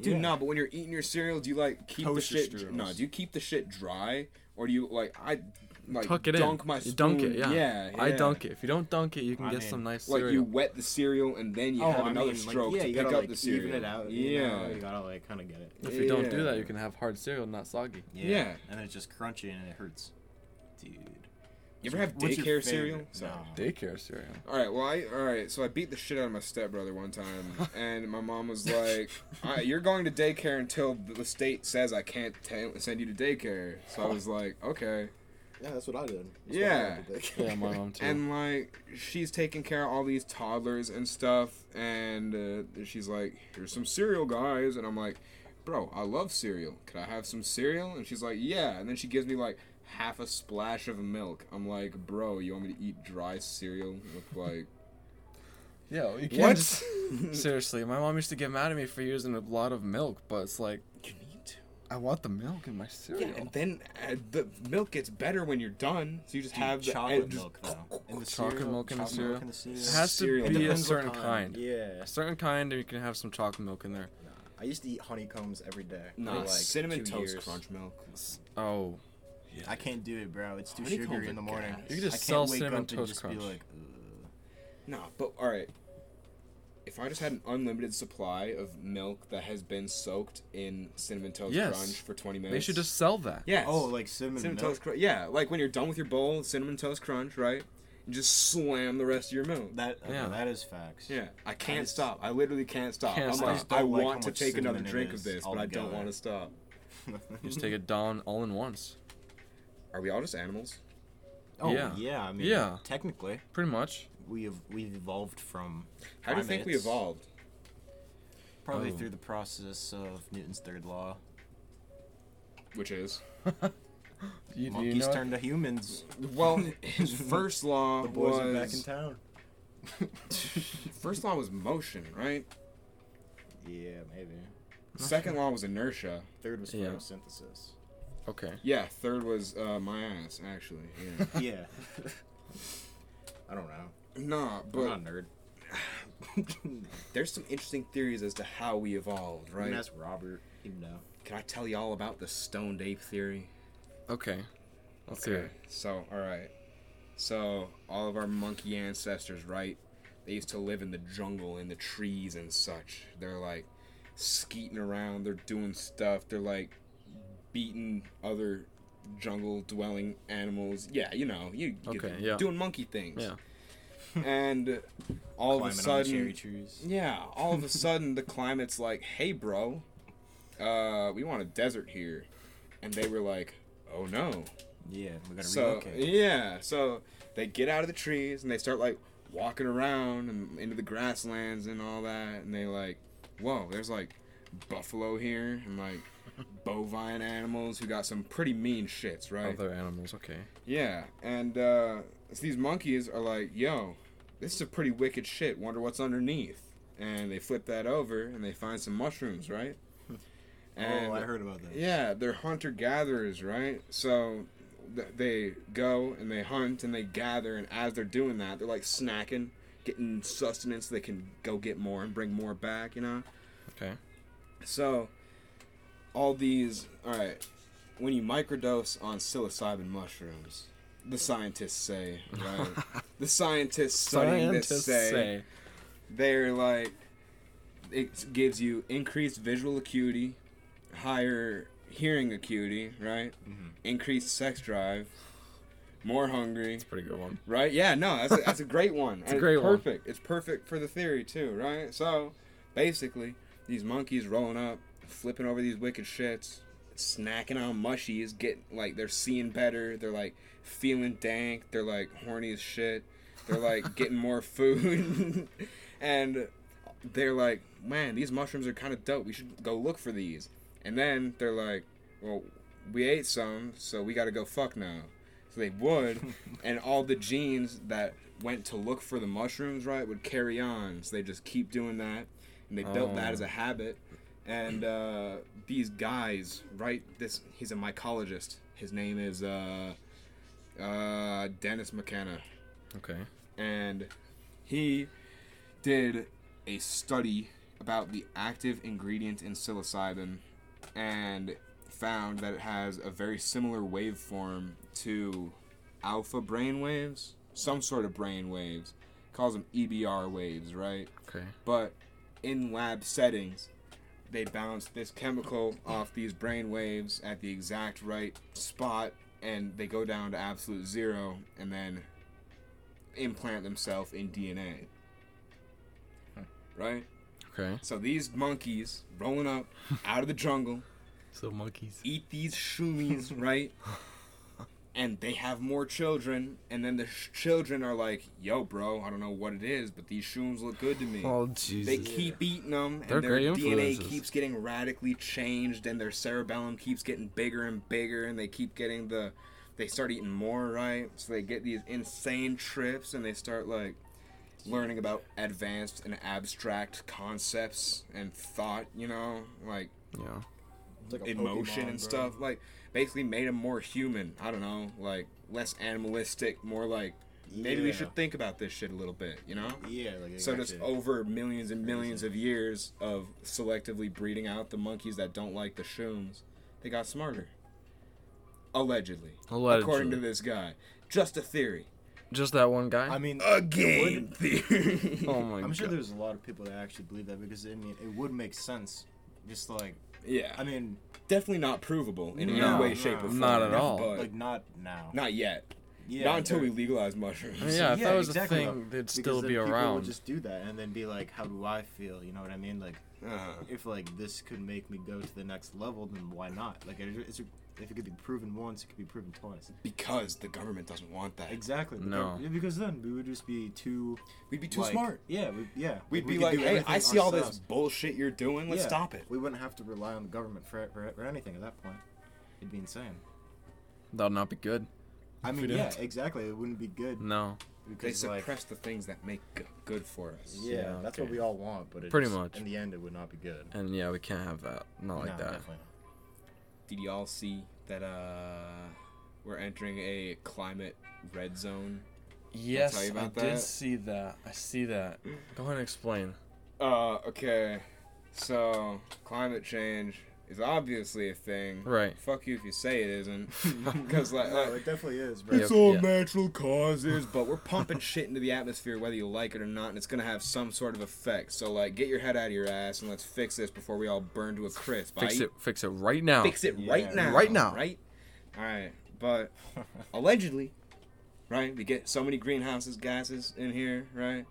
[SPEAKER 2] Dude,
[SPEAKER 3] Yeah.
[SPEAKER 2] no, but when you're eating your cereal, do you like keep
[SPEAKER 3] Toast
[SPEAKER 2] the
[SPEAKER 3] your
[SPEAKER 2] shit?
[SPEAKER 3] strudels.
[SPEAKER 2] No, do you keep the shit dry, or do you like I like
[SPEAKER 1] Tuck it
[SPEAKER 2] dunk
[SPEAKER 1] in.
[SPEAKER 2] my
[SPEAKER 1] you
[SPEAKER 2] spoon?
[SPEAKER 1] dunk it, yeah.
[SPEAKER 2] yeah,
[SPEAKER 1] I
[SPEAKER 2] yeah.
[SPEAKER 1] dunk it. If you don't dunk it, you can
[SPEAKER 3] I
[SPEAKER 1] get
[SPEAKER 3] mean,
[SPEAKER 1] some nice
[SPEAKER 2] Like
[SPEAKER 1] cereal.
[SPEAKER 2] you wet the cereal and then you
[SPEAKER 3] Oh,
[SPEAKER 2] have
[SPEAKER 3] I
[SPEAKER 2] another
[SPEAKER 3] mean,
[SPEAKER 2] stroke
[SPEAKER 3] like, yeah,
[SPEAKER 2] to
[SPEAKER 3] you
[SPEAKER 2] pick
[SPEAKER 3] gotta
[SPEAKER 2] up
[SPEAKER 3] like
[SPEAKER 2] the cereal.
[SPEAKER 3] even it out. you
[SPEAKER 2] Yeah,
[SPEAKER 3] know, you gotta like kind of get it.
[SPEAKER 1] if you don't do that,
[SPEAKER 2] yeah.
[SPEAKER 1] you can have hard cereal, not soggy.
[SPEAKER 2] Yeah. Yeah.
[SPEAKER 3] and then it's just crunchy and it hurts, dude.
[SPEAKER 2] You ever have
[SPEAKER 3] What's your
[SPEAKER 2] daycare
[SPEAKER 3] favorite?
[SPEAKER 2] cereal?
[SPEAKER 3] No.
[SPEAKER 2] Sorry.
[SPEAKER 1] Daycare cereal.
[SPEAKER 2] All right. Well, I all right. So I beat the shit out of my stepbrother one
[SPEAKER 3] *laughs*
[SPEAKER 2] time, and my mom was like, all right, "You're going to daycare until the state says I can't ta send you to daycare." So I was like, "Okay."
[SPEAKER 3] Yeah, that's what I did.
[SPEAKER 2] what I Yeah. did
[SPEAKER 1] *laughs* Yeah, my
[SPEAKER 3] *laughs*
[SPEAKER 1] mom too.
[SPEAKER 2] and like she's taking care of all these toddlers and stuff and uh, she's like here's some cereal guys and i'm like bro i love cereal could i have some cereal and she's like yeah and then she gives me like half a splash of milk i'm like bro you want me to eat dry cereal with
[SPEAKER 3] *laughs*
[SPEAKER 2] like
[SPEAKER 1] yeah, you can't
[SPEAKER 2] what
[SPEAKER 1] just- seriously, my mom used to get mad at me for using a lot of milk, but it's like
[SPEAKER 2] you need to
[SPEAKER 1] I want the milk in my cereal.
[SPEAKER 2] yeah *laughs* and then uh, the milk gets better when you're done so you just have the
[SPEAKER 3] chocolate
[SPEAKER 2] and just-
[SPEAKER 3] milk though. In the
[SPEAKER 1] Chocolate
[SPEAKER 3] cereal,
[SPEAKER 1] milk in the
[SPEAKER 3] chocolate
[SPEAKER 1] cereal?
[SPEAKER 3] milk in the cereal.
[SPEAKER 1] it has to
[SPEAKER 2] cereal.
[SPEAKER 1] be a
[SPEAKER 2] Depends
[SPEAKER 3] Depends what
[SPEAKER 1] certain kind.
[SPEAKER 3] Yeah.
[SPEAKER 1] A certain kind, and you can have some chocolate milk in there.
[SPEAKER 3] I used to eat honeycombs every day. for,
[SPEAKER 2] Nah,
[SPEAKER 3] like
[SPEAKER 2] cinnamon
[SPEAKER 3] two
[SPEAKER 2] toast
[SPEAKER 3] years.
[SPEAKER 2] crunch milk
[SPEAKER 1] Oh,
[SPEAKER 3] I can't do it, bro. It's too
[SPEAKER 2] Honeycombs
[SPEAKER 3] sugary
[SPEAKER 2] are
[SPEAKER 3] in the morning.
[SPEAKER 2] gas.
[SPEAKER 1] You could
[SPEAKER 3] I
[SPEAKER 1] just
[SPEAKER 3] can't
[SPEAKER 1] sell
[SPEAKER 3] wake
[SPEAKER 1] Cinnamon
[SPEAKER 3] up and
[SPEAKER 1] Toast
[SPEAKER 3] just
[SPEAKER 1] Crunch.
[SPEAKER 3] Be like, "Ugh."
[SPEAKER 2] Nah, but all right. If I just had an unlimited supply of milk that has been soaked in cinnamon toast
[SPEAKER 1] Yes.
[SPEAKER 2] crunch for 20 minutes,
[SPEAKER 1] They should just sell that.
[SPEAKER 2] yes.
[SPEAKER 3] Oh, like cinnamon,
[SPEAKER 2] cinnamon
[SPEAKER 3] milk.
[SPEAKER 2] toast crunch. Yeah, like when you're done with your bowl, of cinnamon toast crunch, right? You just slam the rest of your milk.
[SPEAKER 3] That okay,
[SPEAKER 1] Yeah.
[SPEAKER 3] that is facts. *laughs*
[SPEAKER 2] Yeah, I can't
[SPEAKER 3] just-
[SPEAKER 2] stop. I literally can't stop.
[SPEAKER 1] Can't
[SPEAKER 2] I'm
[SPEAKER 1] stop. I
[SPEAKER 2] like,
[SPEAKER 3] just don't
[SPEAKER 2] I
[SPEAKER 3] like how
[SPEAKER 2] want to
[SPEAKER 3] much
[SPEAKER 2] take another
[SPEAKER 3] cinnamon it
[SPEAKER 2] drink of
[SPEAKER 3] is
[SPEAKER 2] this, but I don't
[SPEAKER 3] altogether.
[SPEAKER 2] want to stop.
[SPEAKER 1] You just take it down all in once.
[SPEAKER 2] Are we all just animals?
[SPEAKER 3] oh
[SPEAKER 1] Yeah.
[SPEAKER 3] yeah. I mean,
[SPEAKER 1] Yeah.
[SPEAKER 3] Technically,
[SPEAKER 1] Pretty much.
[SPEAKER 3] we have we've evolved from.
[SPEAKER 2] How do you think we
[SPEAKER 3] primates,
[SPEAKER 2] evolved?
[SPEAKER 3] Probably
[SPEAKER 1] Oh.
[SPEAKER 3] through the process of Newton's third law.
[SPEAKER 2] Which is?
[SPEAKER 1] You, do you
[SPEAKER 3] Monkeys
[SPEAKER 1] know it?
[SPEAKER 3] turned to
[SPEAKER 1] *laughs*
[SPEAKER 3] humans. *laughs*
[SPEAKER 2] Well, his first law
[SPEAKER 3] The boys
[SPEAKER 2] was
[SPEAKER 3] are back in
[SPEAKER 1] *laughs*
[SPEAKER 3] town.
[SPEAKER 2] first law was motion, right?
[SPEAKER 3] Yeah, maybe.
[SPEAKER 2] Second law was inertia.
[SPEAKER 3] Third was
[SPEAKER 1] Yeah.
[SPEAKER 3] photosynthesis.
[SPEAKER 1] Okay.
[SPEAKER 2] Yeah, third was uh, my ass, actually.
[SPEAKER 1] *laughs*
[SPEAKER 2] Yeah.
[SPEAKER 3] Yeah. I don't know.
[SPEAKER 2] nah,
[SPEAKER 3] I'm
[SPEAKER 2] but
[SPEAKER 3] not a
[SPEAKER 1] *sighs*
[SPEAKER 3] nerd.
[SPEAKER 2] there's some interesting theories as to how we evolved,
[SPEAKER 3] Right.
[SPEAKER 2] right?
[SPEAKER 3] That's Robert. Even know.
[SPEAKER 2] Can I tell you all about the stoned ape theory?
[SPEAKER 1] Okay. Let's hear it.
[SPEAKER 2] So, all right. So, all of our monkey ancestors, right? They used to live in the jungle, in the trees and such. They're like skeeting around, they're doing stuff, they're like beating other jungle dwelling animals. Yeah, you know, you, you
[SPEAKER 1] Okay, yeah.
[SPEAKER 2] doing monkey things.
[SPEAKER 1] Yeah.
[SPEAKER 2] And all of a
[SPEAKER 3] Climbing on the
[SPEAKER 2] sudden,
[SPEAKER 3] cherry trees.
[SPEAKER 2] yeah,
[SPEAKER 1] *laughs*
[SPEAKER 2] all of a sudden the climate's like, hey, bro, uh, we want a desert here. And they were like, oh no.
[SPEAKER 3] Yeah, we gotta
[SPEAKER 2] So
[SPEAKER 3] relocate.
[SPEAKER 2] yeah, so they get out of the trees and they start like walking around and into the grasslands and all that, and they like, whoa, there's like buffalo here and
[SPEAKER 3] *laughs*
[SPEAKER 2] like bovine animals who got some pretty mean shits, right?
[SPEAKER 1] Other animals. Okay.
[SPEAKER 2] yeah, and uh, so these monkeys are like, yo, this is a pretty wicked shit. Wonder what's underneath. And they flip that over and they find some mushrooms,
[SPEAKER 3] *laughs*
[SPEAKER 2] right?
[SPEAKER 3] Oh, I heard about that.
[SPEAKER 2] Yeah, they're hunter gatherers, right? So th- they go and they hunt and they gather, and as they're doing that, they're like snacking, getting sustenance. so they can go get more and bring more back, you know.
[SPEAKER 1] Okay.
[SPEAKER 2] So all these, all right. When you microdose on psilocybin mushrooms, the scientists say, *laughs* right? the scientists studying this say they're like it gives you increased visual acuity higher hearing acuity right
[SPEAKER 1] Mm-hmm.
[SPEAKER 2] increased sex drive more hungry
[SPEAKER 1] It's a pretty good one.
[SPEAKER 2] right yeah no that's a, that's a great one it's
[SPEAKER 1] a great one.
[SPEAKER 2] perfect it's perfect for the theory too right so basically these monkeys rolling up flipping over these wicked shits snacking on mushies get like they're seeing better they're like feeling dank they're like horny as shit they're like getting more food *laughs* and they're like man these mushrooms are kind of dope we should go look for these and then they're like well we ate some so we gotta go fuck now so they would and all the genes that went to look for the mushrooms right would carry on so they just keep doing that and they built that
[SPEAKER 1] Oh.
[SPEAKER 2] as a habit and uh, these guys right this he's a mycologist his name is uh, uh, dennis mckenna
[SPEAKER 1] Okay.
[SPEAKER 2] and he did a study about the active ingredient in psilocybin and found that it has a very similar waveform to alpha brain waves, some sort of brain waves, calls them EBR waves, right?
[SPEAKER 1] Okay.
[SPEAKER 2] But in lab settings, they bounce this chemical off these brain waves at the exact right spot, and they go down to absolute zero, and then implant themselves in DNA. Right?
[SPEAKER 1] Okay.
[SPEAKER 2] So these monkeys rolling up out of the jungle
[SPEAKER 1] So monkeys.
[SPEAKER 2] eat these shumis, right? And they have more children, and then the sh- children are like, "Yo, bro, I don't know what it is, but these shrooms look good to me."
[SPEAKER 1] *laughs* Oh
[SPEAKER 2] They
[SPEAKER 1] Jesus.
[SPEAKER 2] keep eating them, and
[SPEAKER 1] They're
[SPEAKER 2] their
[SPEAKER 1] great
[SPEAKER 2] DNA
[SPEAKER 1] influences.
[SPEAKER 2] keeps getting radically changed, and their cerebellum keeps getting bigger and bigger, and they keep getting the. They start eating more, right? So they get these insane trips, and they start like learning about advanced and abstract concepts and thought, you know, like
[SPEAKER 1] Yeah.
[SPEAKER 3] It's like a
[SPEAKER 2] emotion
[SPEAKER 3] Pokemon,
[SPEAKER 2] and
[SPEAKER 3] bro.
[SPEAKER 2] stuff. Like basically made them more human. I don't know, like less animalistic, more like maybe we
[SPEAKER 3] Yeah.
[SPEAKER 2] should think about this shit a little bit, you know?
[SPEAKER 3] Yeah, like I
[SPEAKER 2] So
[SPEAKER 3] got
[SPEAKER 2] just
[SPEAKER 3] you.
[SPEAKER 2] over millions and millions of years of selectively breeding out the monkeys that don't like the shrooms, they got smarter. Allegedly. According
[SPEAKER 1] Allegedly.
[SPEAKER 2] to this guy. Just a theory.
[SPEAKER 1] Just that one guy?
[SPEAKER 3] I mean,
[SPEAKER 2] A
[SPEAKER 3] it
[SPEAKER 2] game
[SPEAKER 3] would- *laughs* uh,
[SPEAKER 2] theory.
[SPEAKER 1] oh my
[SPEAKER 3] I'm sure
[SPEAKER 1] god.
[SPEAKER 3] there's a lot of people that actually believe that because I mean, it would make sense. Just like,
[SPEAKER 2] yeah.
[SPEAKER 3] I mean,
[SPEAKER 2] definitely not provable in
[SPEAKER 1] No,
[SPEAKER 2] any way, shape, or
[SPEAKER 3] no.
[SPEAKER 2] form.
[SPEAKER 1] Not at all.
[SPEAKER 2] But
[SPEAKER 3] like not now.
[SPEAKER 2] not yet.
[SPEAKER 3] yeah,
[SPEAKER 2] not until
[SPEAKER 3] there-
[SPEAKER 2] we legalize mushrooms.
[SPEAKER 1] I mean, yeah, if
[SPEAKER 3] yeah,
[SPEAKER 1] that was
[SPEAKER 3] exactly,
[SPEAKER 1] a thing,
[SPEAKER 3] though,
[SPEAKER 1] they'd
[SPEAKER 3] because
[SPEAKER 1] still
[SPEAKER 3] then
[SPEAKER 1] be
[SPEAKER 3] people
[SPEAKER 1] around.
[SPEAKER 3] Would just do that and then be like, "How do I feel?" You know what I mean? Like,
[SPEAKER 2] Uh,
[SPEAKER 3] if like this could make me go to the next level, then why not? Like, it, it's, if it could be proven once, it could be proven twice.
[SPEAKER 2] because the government doesn't want that.
[SPEAKER 3] Exactly. but
[SPEAKER 1] No.
[SPEAKER 3] then- Because then we would just be too
[SPEAKER 2] We'd be too
[SPEAKER 3] like-
[SPEAKER 2] smart.
[SPEAKER 3] Yeah. We, yeah.
[SPEAKER 2] We'd
[SPEAKER 3] we
[SPEAKER 2] be
[SPEAKER 3] could
[SPEAKER 2] like,
[SPEAKER 3] do
[SPEAKER 2] hey,
[SPEAKER 3] everything
[SPEAKER 2] I see all this
[SPEAKER 3] ourselves.
[SPEAKER 2] bullshit you're doing. Let's
[SPEAKER 3] Yeah,
[SPEAKER 2] stop it.
[SPEAKER 3] We wouldn't have to rely on the government for, for, for anything at that point. It'd be insane.
[SPEAKER 1] That'll not be good.
[SPEAKER 3] I
[SPEAKER 2] we
[SPEAKER 3] mean, yeah,
[SPEAKER 2] didn't.
[SPEAKER 3] exactly. It wouldn't be good
[SPEAKER 1] No.
[SPEAKER 2] They
[SPEAKER 3] because like,
[SPEAKER 2] suppress the things that make g- good for us.
[SPEAKER 3] yeah,
[SPEAKER 1] Yeah,
[SPEAKER 3] that's
[SPEAKER 1] okay.
[SPEAKER 3] what we all want, but it's,
[SPEAKER 1] Pretty much.
[SPEAKER 3] in the end, it would not be good.
[SPEAKER 1] And yeah, we can't have that. Not like
[SPEAKER 3] No,
[SPEAKER 1] that.
[SPEAKER 3] definitely
[SPEAKER 2] Did y'all see that uh, we're entering a climate red zone?
[SPEAKER 1] Yes,
[SPEAKER 2] tell you
[SPEAKER 1] I
[SPEAKER 2] about
[SPEAKER 1] did
[SPEAKER 2] that?
[SPEAKER 1] see that. I see that. Go ahead and explain.
[SPEAKER 2] Uh, okay. So, climate change is obviously a thing.
[SPEAKER 1] Right.
[SPEAKER 2] Fuck you if you say it *laughs* isn't.
[SPEAKER 1] Fuck.
[SPEAKER 2] Because, like,
[SPEAKER 3] not.
[SPEAKER 2] like,
[SPEAKER 3] No, it definitely is, bro.
[SPEAKER 1] Yeah.
[SPEAKER 2] it's all natural causes, but *laughs* we're pumping shit into the atmosphere whether you like it or not, and it's gonna have some sort of effect. So, like, get your head out of your ass and let's fix this before we all burn to a crisp.
[SPEAKER 1] Fix
[SPEAKER 2] aight?
[SPEAKER 1] it. Fix it right now.
[SPEAKER 2] Fix it right
[SPEAKER 3] Oh, Yeah.
[SPEAKER 2] now.
[SPEAKER 1] Right now.
[SPEAKER 2] Right? Alright.
[SPEAKER 3] *laughs*
[SPEAKER 2] But allegedly, right, we get so many greenhouses gases in here, right?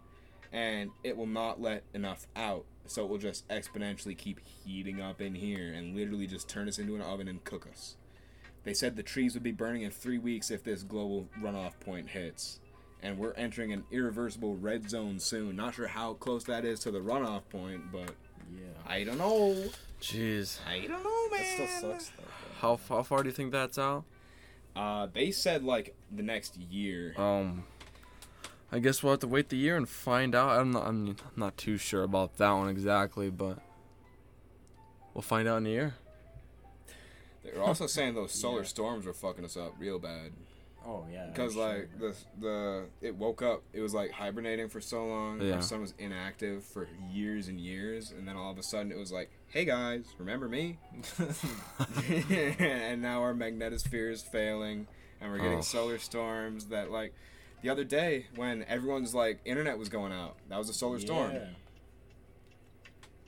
[SPEAKER 2] And it will not let enough out. So it will just exponentially keep heating up in here and literally just turn us into an oven and cook us. They said the trees would be burning in three weeks if this global runoff point hits. And we're entering an irreversible red zone soon. Not sure how close that is to the runoff point, but
[SPEAKER 3] yeah.
[SPEAKER 2] I don't know.
[SPEAKER 1] Jeez.
[SPEAKER 2] I don't know, man.
[SPEAKER 3] That still sucks, though. bro.
[SPEAKER 1] How, how far do you think that's out?
[SPEAKER 2] Uh, they said like the next year.
[SPEAKER 3] Uh,
[SPEAKER 1] Um, I guess we'll have to wait the year and find out. I'm not, I'm not too sure about that one exactly, but we'll find out in a
[SPEAKER 2] *laughs*
[SPEAKER 1] year.
[SPEAKER 2] They were also saying
[SPEAKER 3] *laughs*
[SPEAKER 2] those solar
[SPEAKER 3] Yeah.
[SPEAKER 2] storms were fucking us up real bad.
[SPEAKER 3] Oh yeah.
[SPEAKER 2] Because
[SPEAKER 3] I'm sure,
[SPEAKER 2] like
[SPEAKER 3] bro.
[SPEAKER 2] the the it woke up, it was like hibernating for so long.
[SPEAKER 1] Yeah.
[SPEAKER 2] Our sun was inactive for years and years, and then all of a sudden it was like, hey guys, remember
[SPEAKER 3] *laughs*
[SPEAKER 2] me? *laughs* and now our magnetosphere is failing, and we're getting
[SPEAKER 1] Oh.
[SPEAKER 2] solar storms that like. The other day when everyone's like internet was going out, that was a solar storm.
[SPEAKER 3] Yeah.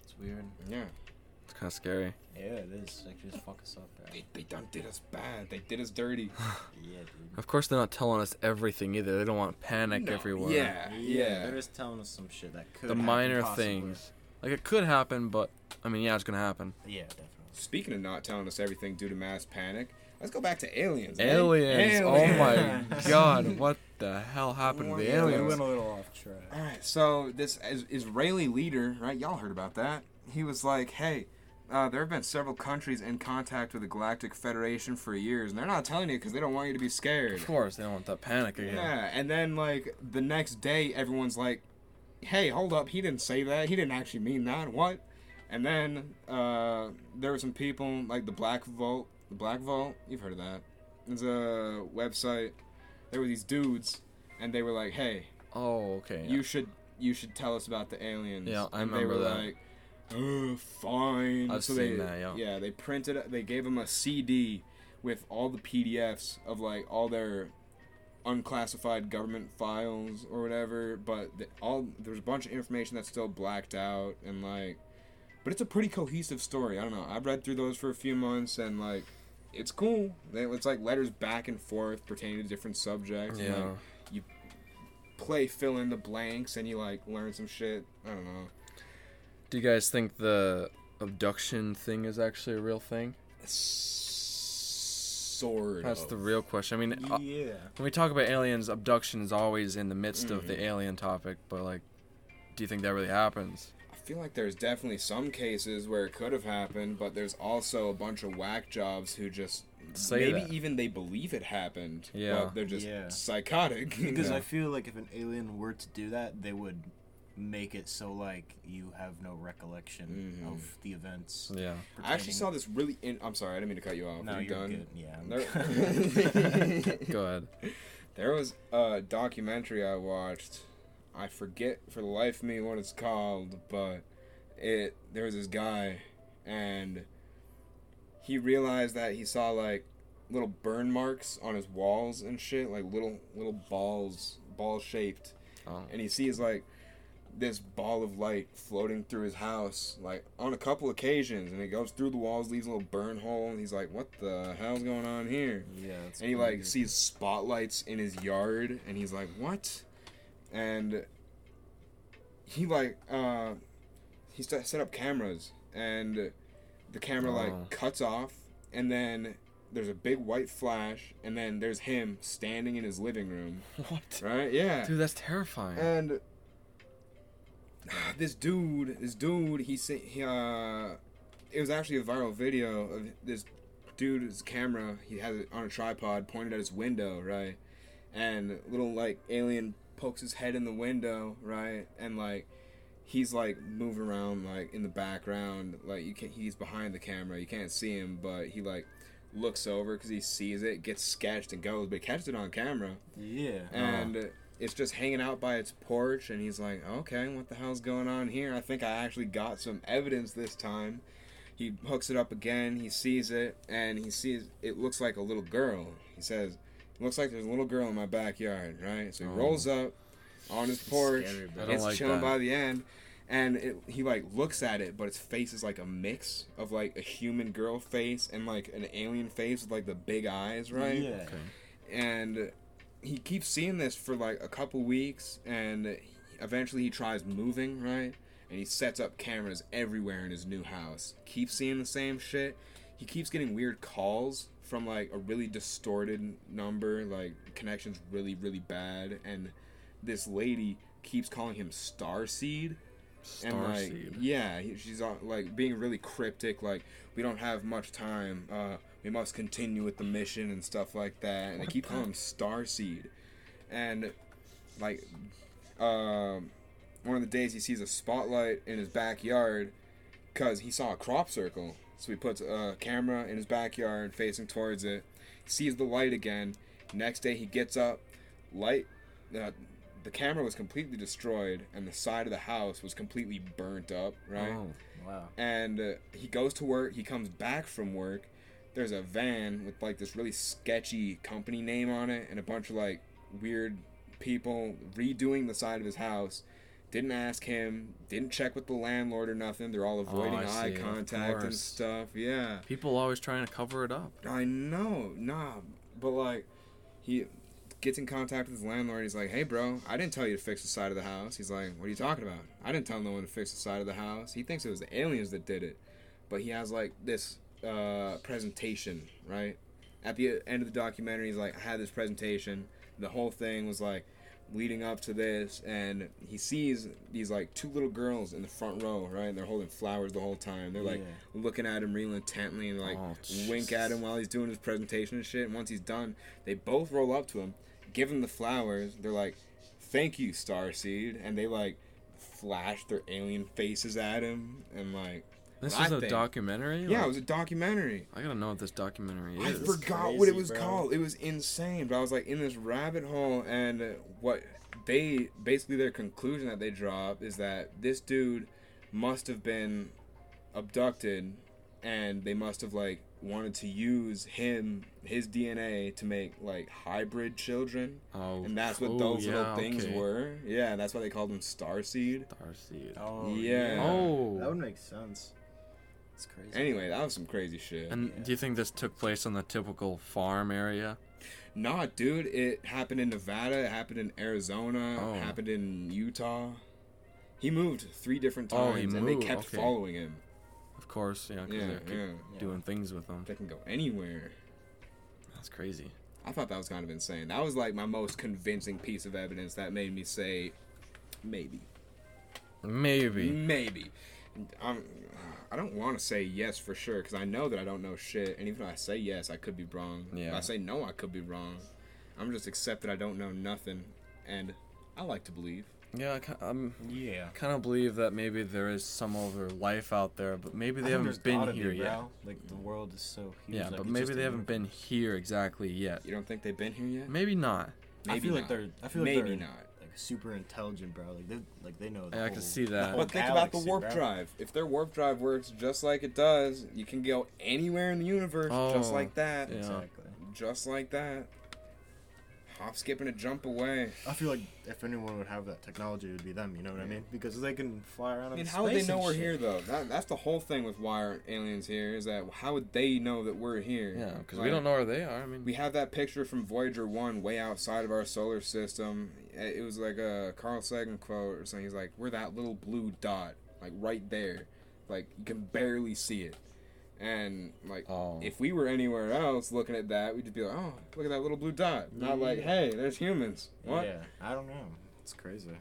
[SPEAKER 3] It's weird.
[SPEAKER 2] Yeah,
[SPEAKER 1] It's kind of scary.
[SPEAKER 3] Yeah, it is. Like just fuck us up, bro.
[SPEAKER 2] they they done did us bad. They did us dirty.
[SPEAKER 3] Yeah, dude.
[SPEAKER 1] Of course, they're not telling us everything either. They don't want panic
[SPEAKER 2] No,
[SPEAKER 1] everywhere.
[SPEAKER 2] Yeah, yeah.
[SPEAKER 3] They're just telling us some shit that could.
[SPEAKER 1] The
[SPEAKER 3] happen,
[SPEAKER 1] minor
[SPEAKER 3] possibly.
[SPEAKER 1] things. Like, it could happen, but, I mean, yeah, it's going to happen.
[SPEAKER 3] Yeah, definitely.
[SPEAKER 2] Speaking of not telling us everything due to mass panic, let's go back to aliens. eh?
[SPEAKER 1] Aliens. Oh
[SPEAKER 2] *laughs*
[SPEAKER 1] my
[SPEAKER 3] Aliens.
[SPEAKER 1] god, what the hell happened to the
[SPEAKER 2] Yeah, we
[SPEAKER 1] aliens?
[SPEAKER 2] went
[SPEAKER 3] Oh, a little off track.
[SPEAKER 2] All right, so this is- Israeli leader, right? Y'all heard about that? He was like, "Hey, uh, there have been several countries in contact with the Galactic Federation for years, and they're not telling you because they don't want you to be scared."
[SPEAKER 1] Of course, they don't want that panic again.
[SPEAKER 2] Yeah, and then like the next day, everyone's like, "Hey, hold up! He didn't say that. He didn't actually mean that. What?" And then uh, there were some people like the Black Vault. The Black Vault, you've heard of that? It's a website. There were these dudes, and they were like, "Hey,
[SPEAKER 1] Oh, okay. yeah.
[SPEAKER 2] you should you should tell us about the aliens."
[SPEAKER 1] Yeah, I
[SPEAKER 2] and
[SPEAKER 1] remember
[SPEAKER 2] they were
[SPEAKER 1] that.
[SPEAKER 2] Like, "Uh, fine.
[SPEAKER 1] I've
[SPEAKER 2] so
[SPEAKER 1] seen
[SPEAKER 2] they,
[SPEAKER 1] that, yeah.
[SPEAKER 2] yeah, they printed. They gave them a CD with all the PDFs of like all their unclassified government files or whatever. But the, all there's a bunch of information that's still blacked out and like, but it's a pretty cohesive story. I don't know. I've read through those for a few months and like, it's cool. They- It's like letters back and forth pertaining to different subjects. and,
[SPEAKER 1] Yeah.
[SPEAKER 2] like, play fill in the blanks and you like learn some shit. I don't know.
[SPEAKER 1] Do you guys think the abduction thing is actually a real thing?
[SPEAKER 2] Sort
[SPEAKER 1] That's
[SPEAKER 2] of.
[SPEAKER 1] the real question. I mean, uh,
[SPEAKER 3] Yeah.
[SPEAKER 1] when we talk about aliens, abduction is always in the midst of
[SPEAKER 2] Mm.
[SPEAKER 1] the alien topic, but like, do you think that really happens?
[SPEAKER 2] I feel like there's definitely some cases where it could have happened, but there's also a bunch of whack jobs who just
[SPEAKER 1] Say
[SPEAKER 2] maybe
[SPEAKER 1] that.
[SPEAKER 2] even they believe it happened.
[SPEAKER 1] Yeah.
[SPEAKER 2] But they're just
[SPEAKER 3] Yeah.
[SPEAKER 2] psychotic. you *laughs*
[SPEAKER 3] Because
[SPEAKER 2] know?
[SPEAKER 3] I feel like if an alien were to do that, they would make it so like you have no recollection
[SPEAKER 2] Mhm.
[SPEAKER 3] of the events.
[SPEAKER 1] Yeah.
[SPEAKER 2] I actually
[SPEAKER 3] pertaining-
[SPEAKER 2] saw this really. In- I'm sorry, I didn't mean to cut you off.
[SPEAKER 3] No,
[SPEAKER 2] Are you
[SPEAKER 3] you're
[SPEAKER 2] done?
[SPEAKER 3] good. Yeah. I'm
[SPEAKER 2] There-
[SPEAKER 3] *laughs*
[SPEAKER 2] *laughs*
[SPEAKER 1] Go *laughs* ahead.
[SPEAKER 2] There was a documentary I watched. I forget for the life of me what it's called, but it there was this guy and he realized that he saw like little burn marks on his walls and shit, like little little balls ball shaped,
[SPEAKER 1] Oh. *laughs*
[SPEAKER 2] and he sees like this ball of light floating through his house, like on a couple occasions, and it goes through the walls, leaves a little burn hole, and he's like, "What the hell's going on here?"
[SPEAKER 3] Yeah. It's
[SPEAKER 2] and he like sees spotlights in his yard and he's like what and he like uh he st- set up cameras and the camera
[SPEAKER 1] Oh.
[SPEAKER 2] like cuts off and then there's a big white flash and then there's him standing in his living room
[SPEAKER 1] What?
[SPEAKER 2] right yeah
[SPEAKER 1] Dude, that's terrifying.
[SPEAKER 2] and *sighs* this dude, this dude, he sa- he uh, it was actually a viral video of this dude's camera. He has it on a tripod, pointed at his window, right? And little like alien pokes his head in the window, right? And like he's like moving around like in the background, like you can not he's behind the camera, you can't see him, but he like looks over because he sees it, gets sketched and goes, but he catches it on camera
[SPEAKER 3] *laughs* Yeah.
[SPEAKER 2] and it's just hanging out by its porch and he's like okay what the hell's going on here i think i actually got some evidence this time he hooks it up again he sees it and he sees it looks like a little girl he says looks like there's a little girl in my backyard right so he
[SPEAKER 1] Oh.
[SPEAKER 2] rolls up on his porch
[SPEAKER 3] Scary,
[SPEAKER 1] I
[SPEAKER 3] bro.
[SPEAKER 1] don't
[SPEAKER 2] it's
[SPEAKER 1] like
[SPEAKER 2] chilling
[SPEAKER 1] that.
[SPEAKER 2] by the end and it, he like looks at it but its face is like a mix of like a human girl face and like an alien face with like the big eyes right
[SPEAKER 3] Yeah.
[SPEAKER 1] Okay.
[SPEAKER 2] and he keeps seeing this for like a couple weeks and he- eventually he tries moving right and he sets up cameras everywhere in his new house keeps seeing the same shit he keeps getting weird calls from like a really distorted number like connections really really bad and this lady keeps calling him starseed and like
[SPEAKER 1] Starseed.
[SPEAKER 2] yeah he- she's uh, like being really cryptic like we don't have much time uh we must continue with the mission and stuff like that and they keep calling him starseed and like um one of the days he sees a spotlight in his backyard because he saw a crop circle so he puts a camera in his backyard facing towards it sees the light again next day he gets up light uh, the camera was completely destroyed and the side of the house was completely burnt up right
[SPEAKER 1] Oh.
[SPEAKER 3] Wow.
[SPEAKER 2] and uh, he goes to work he comes back from work there's a van with like this really sketchy company name on it and a bunch of like weird people redoing the side of his house didn't ask him didn't check with the landlord or nothing they're all avoiding
[SPEAKER 1] Oh, I
[SPEAKER 2] eye
[SPEAKER 1] see, of
[SPEAKER 2] contact and
[SPEAKER 1] course.
[SPEAKER 2] stuff yeah
[SPEAKER 1] People always trying to cover it up.
[SPEAKER 2] I know, nah, but like, he gets in contact with his landlord. He's like, "Hey, bro, I didn't tell you to fix the side of the house." He's like, "What are you talking about? I didn't tell no one to fix the side of the house." He thinks it was the aliens that did it, but he has like this uh, presentation, right? At the end of the documentary, he's like, "I had this presentation. The whole thing was like." leading up to this and he sees these like two little girls in the front row right and they're holding flowers the whole time they're like
[SPEAKER 3] Yeah.
[SPEAKER 2] looking at him real intently and like
[SPEAKER 1] Oh,
[SPEAKER 2] wink at him while he's doing his presentation and shit. And once he's done, they both roll up to him, give him the flowers. They're like, "Thank you, Starseed," and they like flash their alien faces at him and like,
[SPEAKER 1] This
[SPEAKER 2] I
[SPEAKER 1] is a
[SPEAKER 2] think-
[SPEAKER 1] documentary.
[SPEAKER 2] yeah, it
[SPEAKER 1] Like,
[SPEAKER 2] was a documentary.
[SPEAKER 1] I gotta know what this documentary
[SPEAKER 2] I
[SPEAKER 1] is.
[SPEAKER 2] forgot what it
[SPEAKER 3] crazy,
[SPEAKER 2] was
[SPEAKER 3] bro.
[SPEAKER 2] called. It was insane. But I was like in this rabbit hole, and uh, what they basically their conclusion that they drop is that this dude must have been abducted, and they must have like wanted to use him, his DNA, to make like hybrid children,
[SPEAKER 1] oh,
[SPEAKER 2] and that's what
[SPEAKER 1] cool,
[SPEAKER 2] those
[SPEAKER 1] yeah,
[SPEAKER 2] little things
[SPEAKER 1] okay.
[SPEAKER 2] were. Yeah, that's why they called him Starseed.
[SPEAKER 1] Starseed.
[SPEAKER 3] Oh.
[SPEAKER 2] Yeah.
[SPEAKER 1] Oh.
[SPEAKER 3] That would make sense. It's crazy.
[SPEAKER 2] Anyway, that was some crazy shit.
[SPEAKER 1] And do you think this took place on the typical farm area?
[SPEAKER 2] Nah, dude, it happened in Nevada, it happened in Arizona,
[SPEAKER 1] Oh.
[SPEAKER 2] it happened in Utah. He moved three different
[SPEAKER 1] Oh,
[SPEAKER 2] times,
[SPEAKER 1] he
[SPEAKER 2] and they
[SPEAKER 1] moved,
[SPEAKER 2] kept
[SPEAKER 1] okay.
[SPEAKER 2] following him.
[SPEAKER 1] Of course, yeah, 'cause
[SPEAKER 2] Yeah,
[SPEAKER 1] they're keep
[SPEAKER 2] yeah.
[SPEAKER 3] Yeah.
[SPEAKER 1] doing things with them.
[SPEAKER 2] They can go anywhere.
[SPEAKER 1] That's crazy.
[SPEAKER 2] I thought that was kind of insane. That was like my most convincing piece of evidence that made me say, maybe,
[SPEAKER 1] Maybe.
[SPEAKER 2] maybe. I'm, I don't want to say yes for sure because I know that I don't know shit, and even if I say yes, I could be wrong. If
[SPEAKER 1] Yeah.
[SPEAKER 2] I say no, I could be wrong. I'm just accept that I don't know nothing, and I like to believe.
[SPEAKER 1] Yeah, I ki- I'm
[SPEAKER 3] Yeah.
[SPEAKER 1] kind of believe that maybe there is some other life out there, but maybe they
[SPEAKER 3] I think there's
[SPEAKER 1] haven't been
[SPEAKER 3] gotta
[SPEAKER 1] here
[SPEAKER 3] be,
[SPEAKER 1] yet.
[SPEAKER 3] bro. Like the world is so huge.
[SPEAKER 1] Yeah,
[SPEAKER 3] like,
[SPEAKER 1] but
[SPEAKER 3] it's
[SPEAKER 1] maybe
[SPEAKER 3] just
[SPEAKER 1] they
[SPEAKER 3] a
[SPEAKER 1] haven't been here exactly yet.
[SPEAKER 2] You don't think they've been here yet?
[SPEAKER 1] Maybe not.
[SPEAKER 3] I feel like
[SPEAKER 2] not.
[SPEAKER 3] they're. I feel like
[SPEAKER 2] Maybe
[SPEAKER 3] they're
[SPEAKER 2] not.
[SPEAKER 3] like super intelligent, bro. Like they, like they know. The
[SPEAKER 1] Yeah, I
[SPEAKER 3] whole,
[SPEAKER 1] can see
[SPEAKER 3] the
[SPEAKER 1] that.
[SPEAKER 3] whole
[SPEAKER 2] But think about the
[SPEAKER 3] galaxy,
[SPEAKER 2] warp
[SPEAKER 3] bro.
[SPEAKER 2] drive. If their warp drive works just like it does, you can go anywhere in the universe just
[SPEAKER 1] Oh,
[SPEAKER 2] like that.
[SPEAKER 1] yeah.
[SPEAKER 3] Exactly.
[SPEAKER 2] Just like that. hop, skip, and a jump away.
[SPEAKER 3] I feel like if anyone would have that technology, it would be them. You know what I mean? Because they can fly around.
[SPEAKER 2] I mean,
[SPEAKER 3] in
[SPEAKER 2] how would they
[SPEAKER 3] space
[SPEAKER 2] know
[SPEAKER 3] and
[SPEAKER 2] we're
[SPEAKER 3] shit.
[SPEAKER 2] here though? That, that's the whole thing with why are aliens here is that how would they know that we're here?
[SPEAKER 1] Yeah, because we
[SPEAKER 2] Like,
[SPEAKER 1] don't know where they are. I mean,
[SPEAKER 2] We have that picture from Voyager One, way outside of our solar system. Eh, It it was like a Carl Sagan quote or something. He's like, "We're that little blue dot, like right there, like you can barely see it." And like,
[SPEAKER 1] Oh.
[SPEAKER 2] if we were anywhere else looking at that, we'd just be like, "Oh, look at that little blue dot." Not like, "Hey, there's humans." What?
[SPEAKER 3] Yeah, I don't know. It's crazy.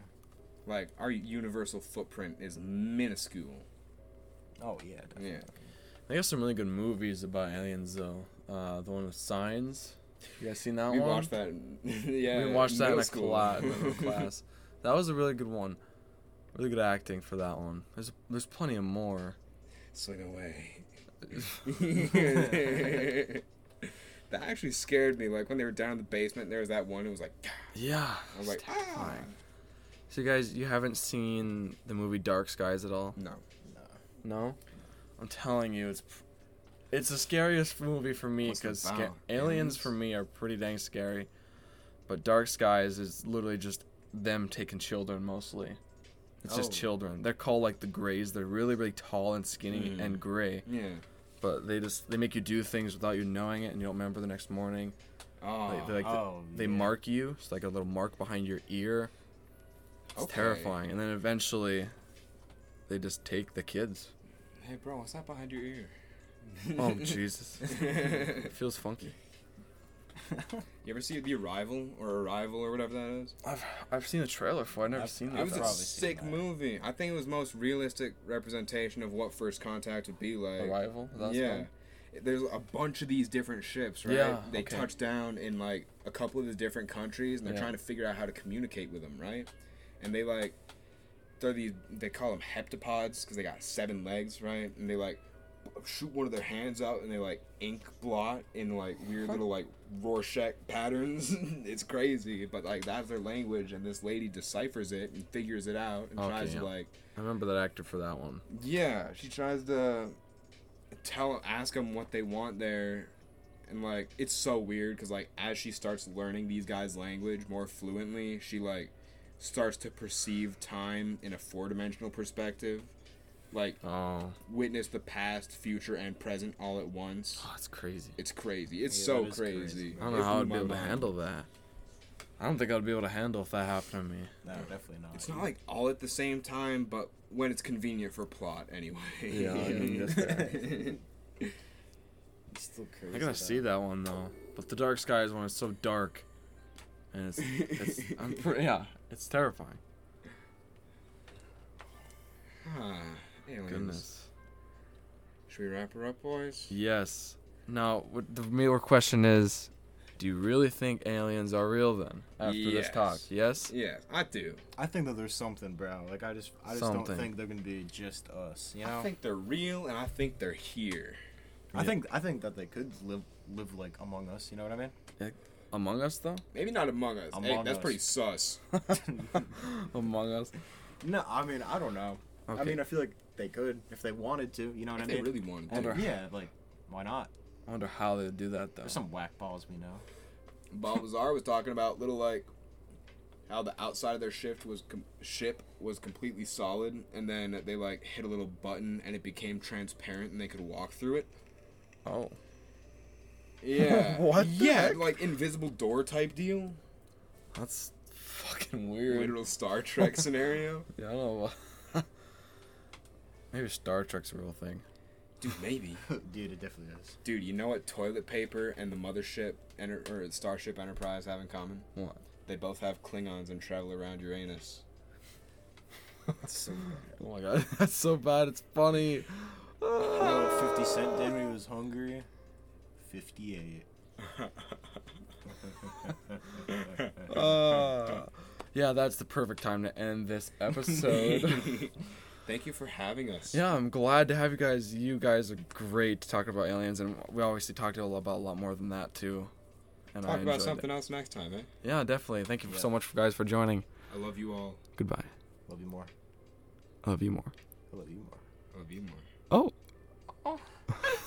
[SPEAKER 2] Like our universal footprint is minuscule.
[SPEAKER 3] Oh yeah. Definitely.
[SPEAKER 2] Yeah.
[SPEAKER 1] they have some really good movies about aliens though. Uh, the one with signs. You guys seen that
[SPEAKER 2] we
[SPEAKER 1] one?
[SPEAKER 2] watched that. *laughs* yeah,
[SPEAKER 1] we watched that in
[SPEAKER 2] middle
[SPEAKER 1] a
[SPEAKER 2] school.
[SPEAKER 1] cla-
[SPEAKER 2] *laughs*
[SPEAKER 1] in a class. That was a really good one. Really good acting for that one. There's there's plenty of
[SPEAKER 2] *laughs*
[SPEAKER 1] more.
[SPEAKER 2] Swing away. that actually scared me. Like when they were down in the basement, there was that one. It was like,
[SPEAKER 1] Yeah.
[SPEAKER 2] I was like,
[SPEAKER 1] it's
[SPEAKER 2] ah.
[SPEAKER 1] terrifying. So you guys, you haven't seen the movie Dark Skies at all?
[SPEAKER 2] no.
[SPEAKER 1] No. I'm telling you, it's pr- it's the scariest movie for me
[SPEAKER 2] What's it
[SPEAKER 1] because
[SPEAKER 2] about?
[SPEAKER 1] aliens
[SPEAKER 2] Aliens?
[SPEAKER 1] for me are pretty dang scary. But Dark Skies is literally just them taking children mostly. It's just
[SPEAKER 3] Oh.
[SPEAKER 1] children. They're called like the Greys. They're really really tall and skinny
[SPEAKER 2] Mm.
[SPEAKER 1] and gray.
[SPEAKER 2] Yeah.
[SPEAKER 1] but they just they make you do things without you knowing it and you don't remember the next morning
[SPEAKER 2] Oh,
[SPEAKER 1] Like, they like
[SPEAKER 3] Oh,
[SPEAKER 1] they
[SPEAKER 3] yeah.
[SPEAKER 1] mark you it's like a little mark behind your ear it's
[SPEAKER 2] Okay.
[SPEAKER 1] terrifying and then eventually they just take the kids
[SPEAKER 2] Hey, bro, what's that behind your ear? *laughs*
[SPEAKER 1] oh *laughs* jesus it feels funky
[SPEAKER 2] You ever see The Arrival or Arrival or whatever that is?
[SPEAKER 1] i've i've seen a trailer for it. i've never
[SPEAKER 3] I've-
[SPEAKER 1] seen
[SPEAKER 3] I've
[SPEAKER 2] It
[SPEAKER 1] that
[SPEAKER 2] was a
[SPEAKER 3] probably seen
[SPEAKER 2] sick
[SPEAKER 3] that.
[SPEAKER 2] movie. I think it was the most realistic representation of what first contact would be like.
[SPEAKER 1] arrival Is that what it's
[SPEAKER 2] yeah.
[SPEAKER 1] called?
[SPEAKER 2] There's a bunch of these different ships, right?
[SPEAKER 1] Yeah,
[SPEAKER 2] they
[SPEAKER 1] okay.
[SPEAKER 2] touch down in like a couple of the different countries, and they're
[SPEAKER 1] Yeah.
[SPEAKER 2] trying to figure out how to communicate with them, right? And they like throw these. They call them heptapods because they got seven legs, right? And they like shoot one of their hands out, and they like ink blot in like weird little like Rorschach patterns. *laughs* it's crazy, but like that's their language, and this lady deciphers it and figures it out and
[SPEAKER 1] Okay,
[SPEAKER 2] tries
[SPEAKER 1] yeah.
[SPEAKER 2] to like
[SPEAKER 1] i remember that actor for that one
[SPEAKER 2] yeah, she tries to tell, ask them what they want there, and like it's so weird because like as she starts learning these guys' language more fluently, she like starts to perceive time in a four-dimensional perspective, like
[SPEAKER 1] oh,
[SPEAKER 2] witness the past, future, and present all at once.
[SPEAKER 1] oh that's crazy
[SPEAKER 2] It's crazy. It's
[SPEAKER 3] Yeah,
[SPEAKER 2] so
[SPEAKER 3] that is crazy.
[SPEAKER 2] crazy.
[SPEAKER 1] i don't know
[SPEAKER 2] It
[SPEAKER 1] how i'd be
[SPEAKER 2] blew my
[SPEAKER 1] able to
[SPEAKER 2] mind.
[SPEAKER 1] handle that i don't think i'd be able to handle if that happened to me
[SPEAKER 3] No, definitely not.
[SPEAKER 2] It's not like all at the same time, but when it's convenient for plot, anyway.
[SPEAKER 1] Yeah, I mean, that's fair.
[SPEAKER 3] It's still crazy.
[SPEAKER 1] I gotta see that one though. But the Dark Skies one is so dark, and it's,
[SPEAKER 3] *laughs*
[SPEAKER 1] it's I'm pre- yeah, it's terrifying.
[SPEAKER 2] *laughs* Ah, aliens.
[SPEAKER 1] Goodness.
[SPEAKER 2] Should we wrap her up, boys?
[SPEAKER 1] Yes. Now what the real question is, do you really think aliens are real then? After this talk, yes.
[SPEAKER 2] Yeah, I do.
[SPEAKER 3] I think that there's something, bro. Like I just, I just
[SPEAKER 1] Something.
[SPEAKER 3] don't think they're gonna be just us. You know.
[SPEAKER 2] I think they're real, and I think they're here.
[SPEAKER 3] I think, I think that they could live, live like among us. You know what I mean?
[SPEAKER 1] Among Us
[SPEAKER 3] *laughs*
[SPEAKER 1] though.
[SPEAKER 2] Maybe not among us. hey,
[SPEAKER 3] Among
[SPEAKER 2] that's
[SPEAKER 3] Us.
[SPEAKER 2] pretty
[SPEAKER 3] *laughs*
[SPEAKER 2] sus.
[SPEAKER 1] Among Us.
[SPEAKER 3] No, I mean, I don't know.
[SPEAKER 1] Okay.
[SPEAKER 3] I mean, uh, I feel like they could if they wanted to. You know what
[SPEAKER 2] If
[SPEAKER 3] I
[SPEAKER 2] they
[SPEAKER 3] mean?
[SPEAKER 2] really wanted
[SPEAKER 1] Hold
[SPEAKER 2] to.
[SPEAKER 1] on.
[SPEAKER 3] yeah, like why not?
[SPEAKER 1] I wonder how they do that though.
[SPEAKER 3] There's some whack balls we know. *laughs*
[SPEAKER 2] Balthazar was talking about little like how the outside of their shift was com- ship was completely solid, and then they like hit a little button, and it became transparent, and they could walk through
[SPEAKER 3] *laughs*
[SPEAKER 2] it.
[SPEAKER 1] Oh.
[SPEAKER 2] Yeah.
[SPEAKER 1] What the
[SPEAKER 2] yeah,
[SPEAKER 1] heck?
[SPEAKER 2] like invisible door type deal.
[SPEAKER 1] That's fucking weird.
[SPEAKER 2] Literal Star Trek scenario.
[SPEAKER 1] Yeah, I don't know. wha- *laughs* Maybe Star Trek's a real thing.
[SPEAKER 2] Dude, maybe.
[SPEAKER 3] *laughs* Dude, it definitely
[SPEAKER 2] *laughs*
[SPEAKER 3] is.
[SPEAKER 2] Dude, you know what toilet paper and the mothership enter- or Starship Enterprise have in common?
[SPEAKER 1] What?
[SPEAKER 2] They both have Klingons and travel around Uranus.
[SPEAKER 1] Oh my god, *laughs* that's so bad. It's funny.
[SPEAKER 3] You know what Fifty Cent did when he was hungry? Fifty-eight.
[SPEAKER 1] Uh, yeah, that's the perfect time to end this episode.
[SPEAKER 2] *laughs* Thank you for having us.
[SPEAKER 1] yeah, I'm glad to have you guys. You guys are great talking about aliens, and we obviously talked a lot about a lot more than that too. And
[SPEAKER 2] Talk about
[SPEAKER 1] enjoyed
[SPEAKER 2] something
[SPEAKER 1] It.
[SPEAKER 2] else next time, eh?
[SPEAKER 1] Yeah, definitely. Thank you
[SPEAKER 3] Yeah.
[SPEAKER 1] so much, for guys, for joining.
[SPEAKER 2] I love you all.
[SPEAKER 1] Goodbye.
[SPEAKER 3] Love you more.
[SPEAKER 1] I love you more. Oh,
[SPEAKER 3] I love you more.
[SPEAKER 2] I love you more.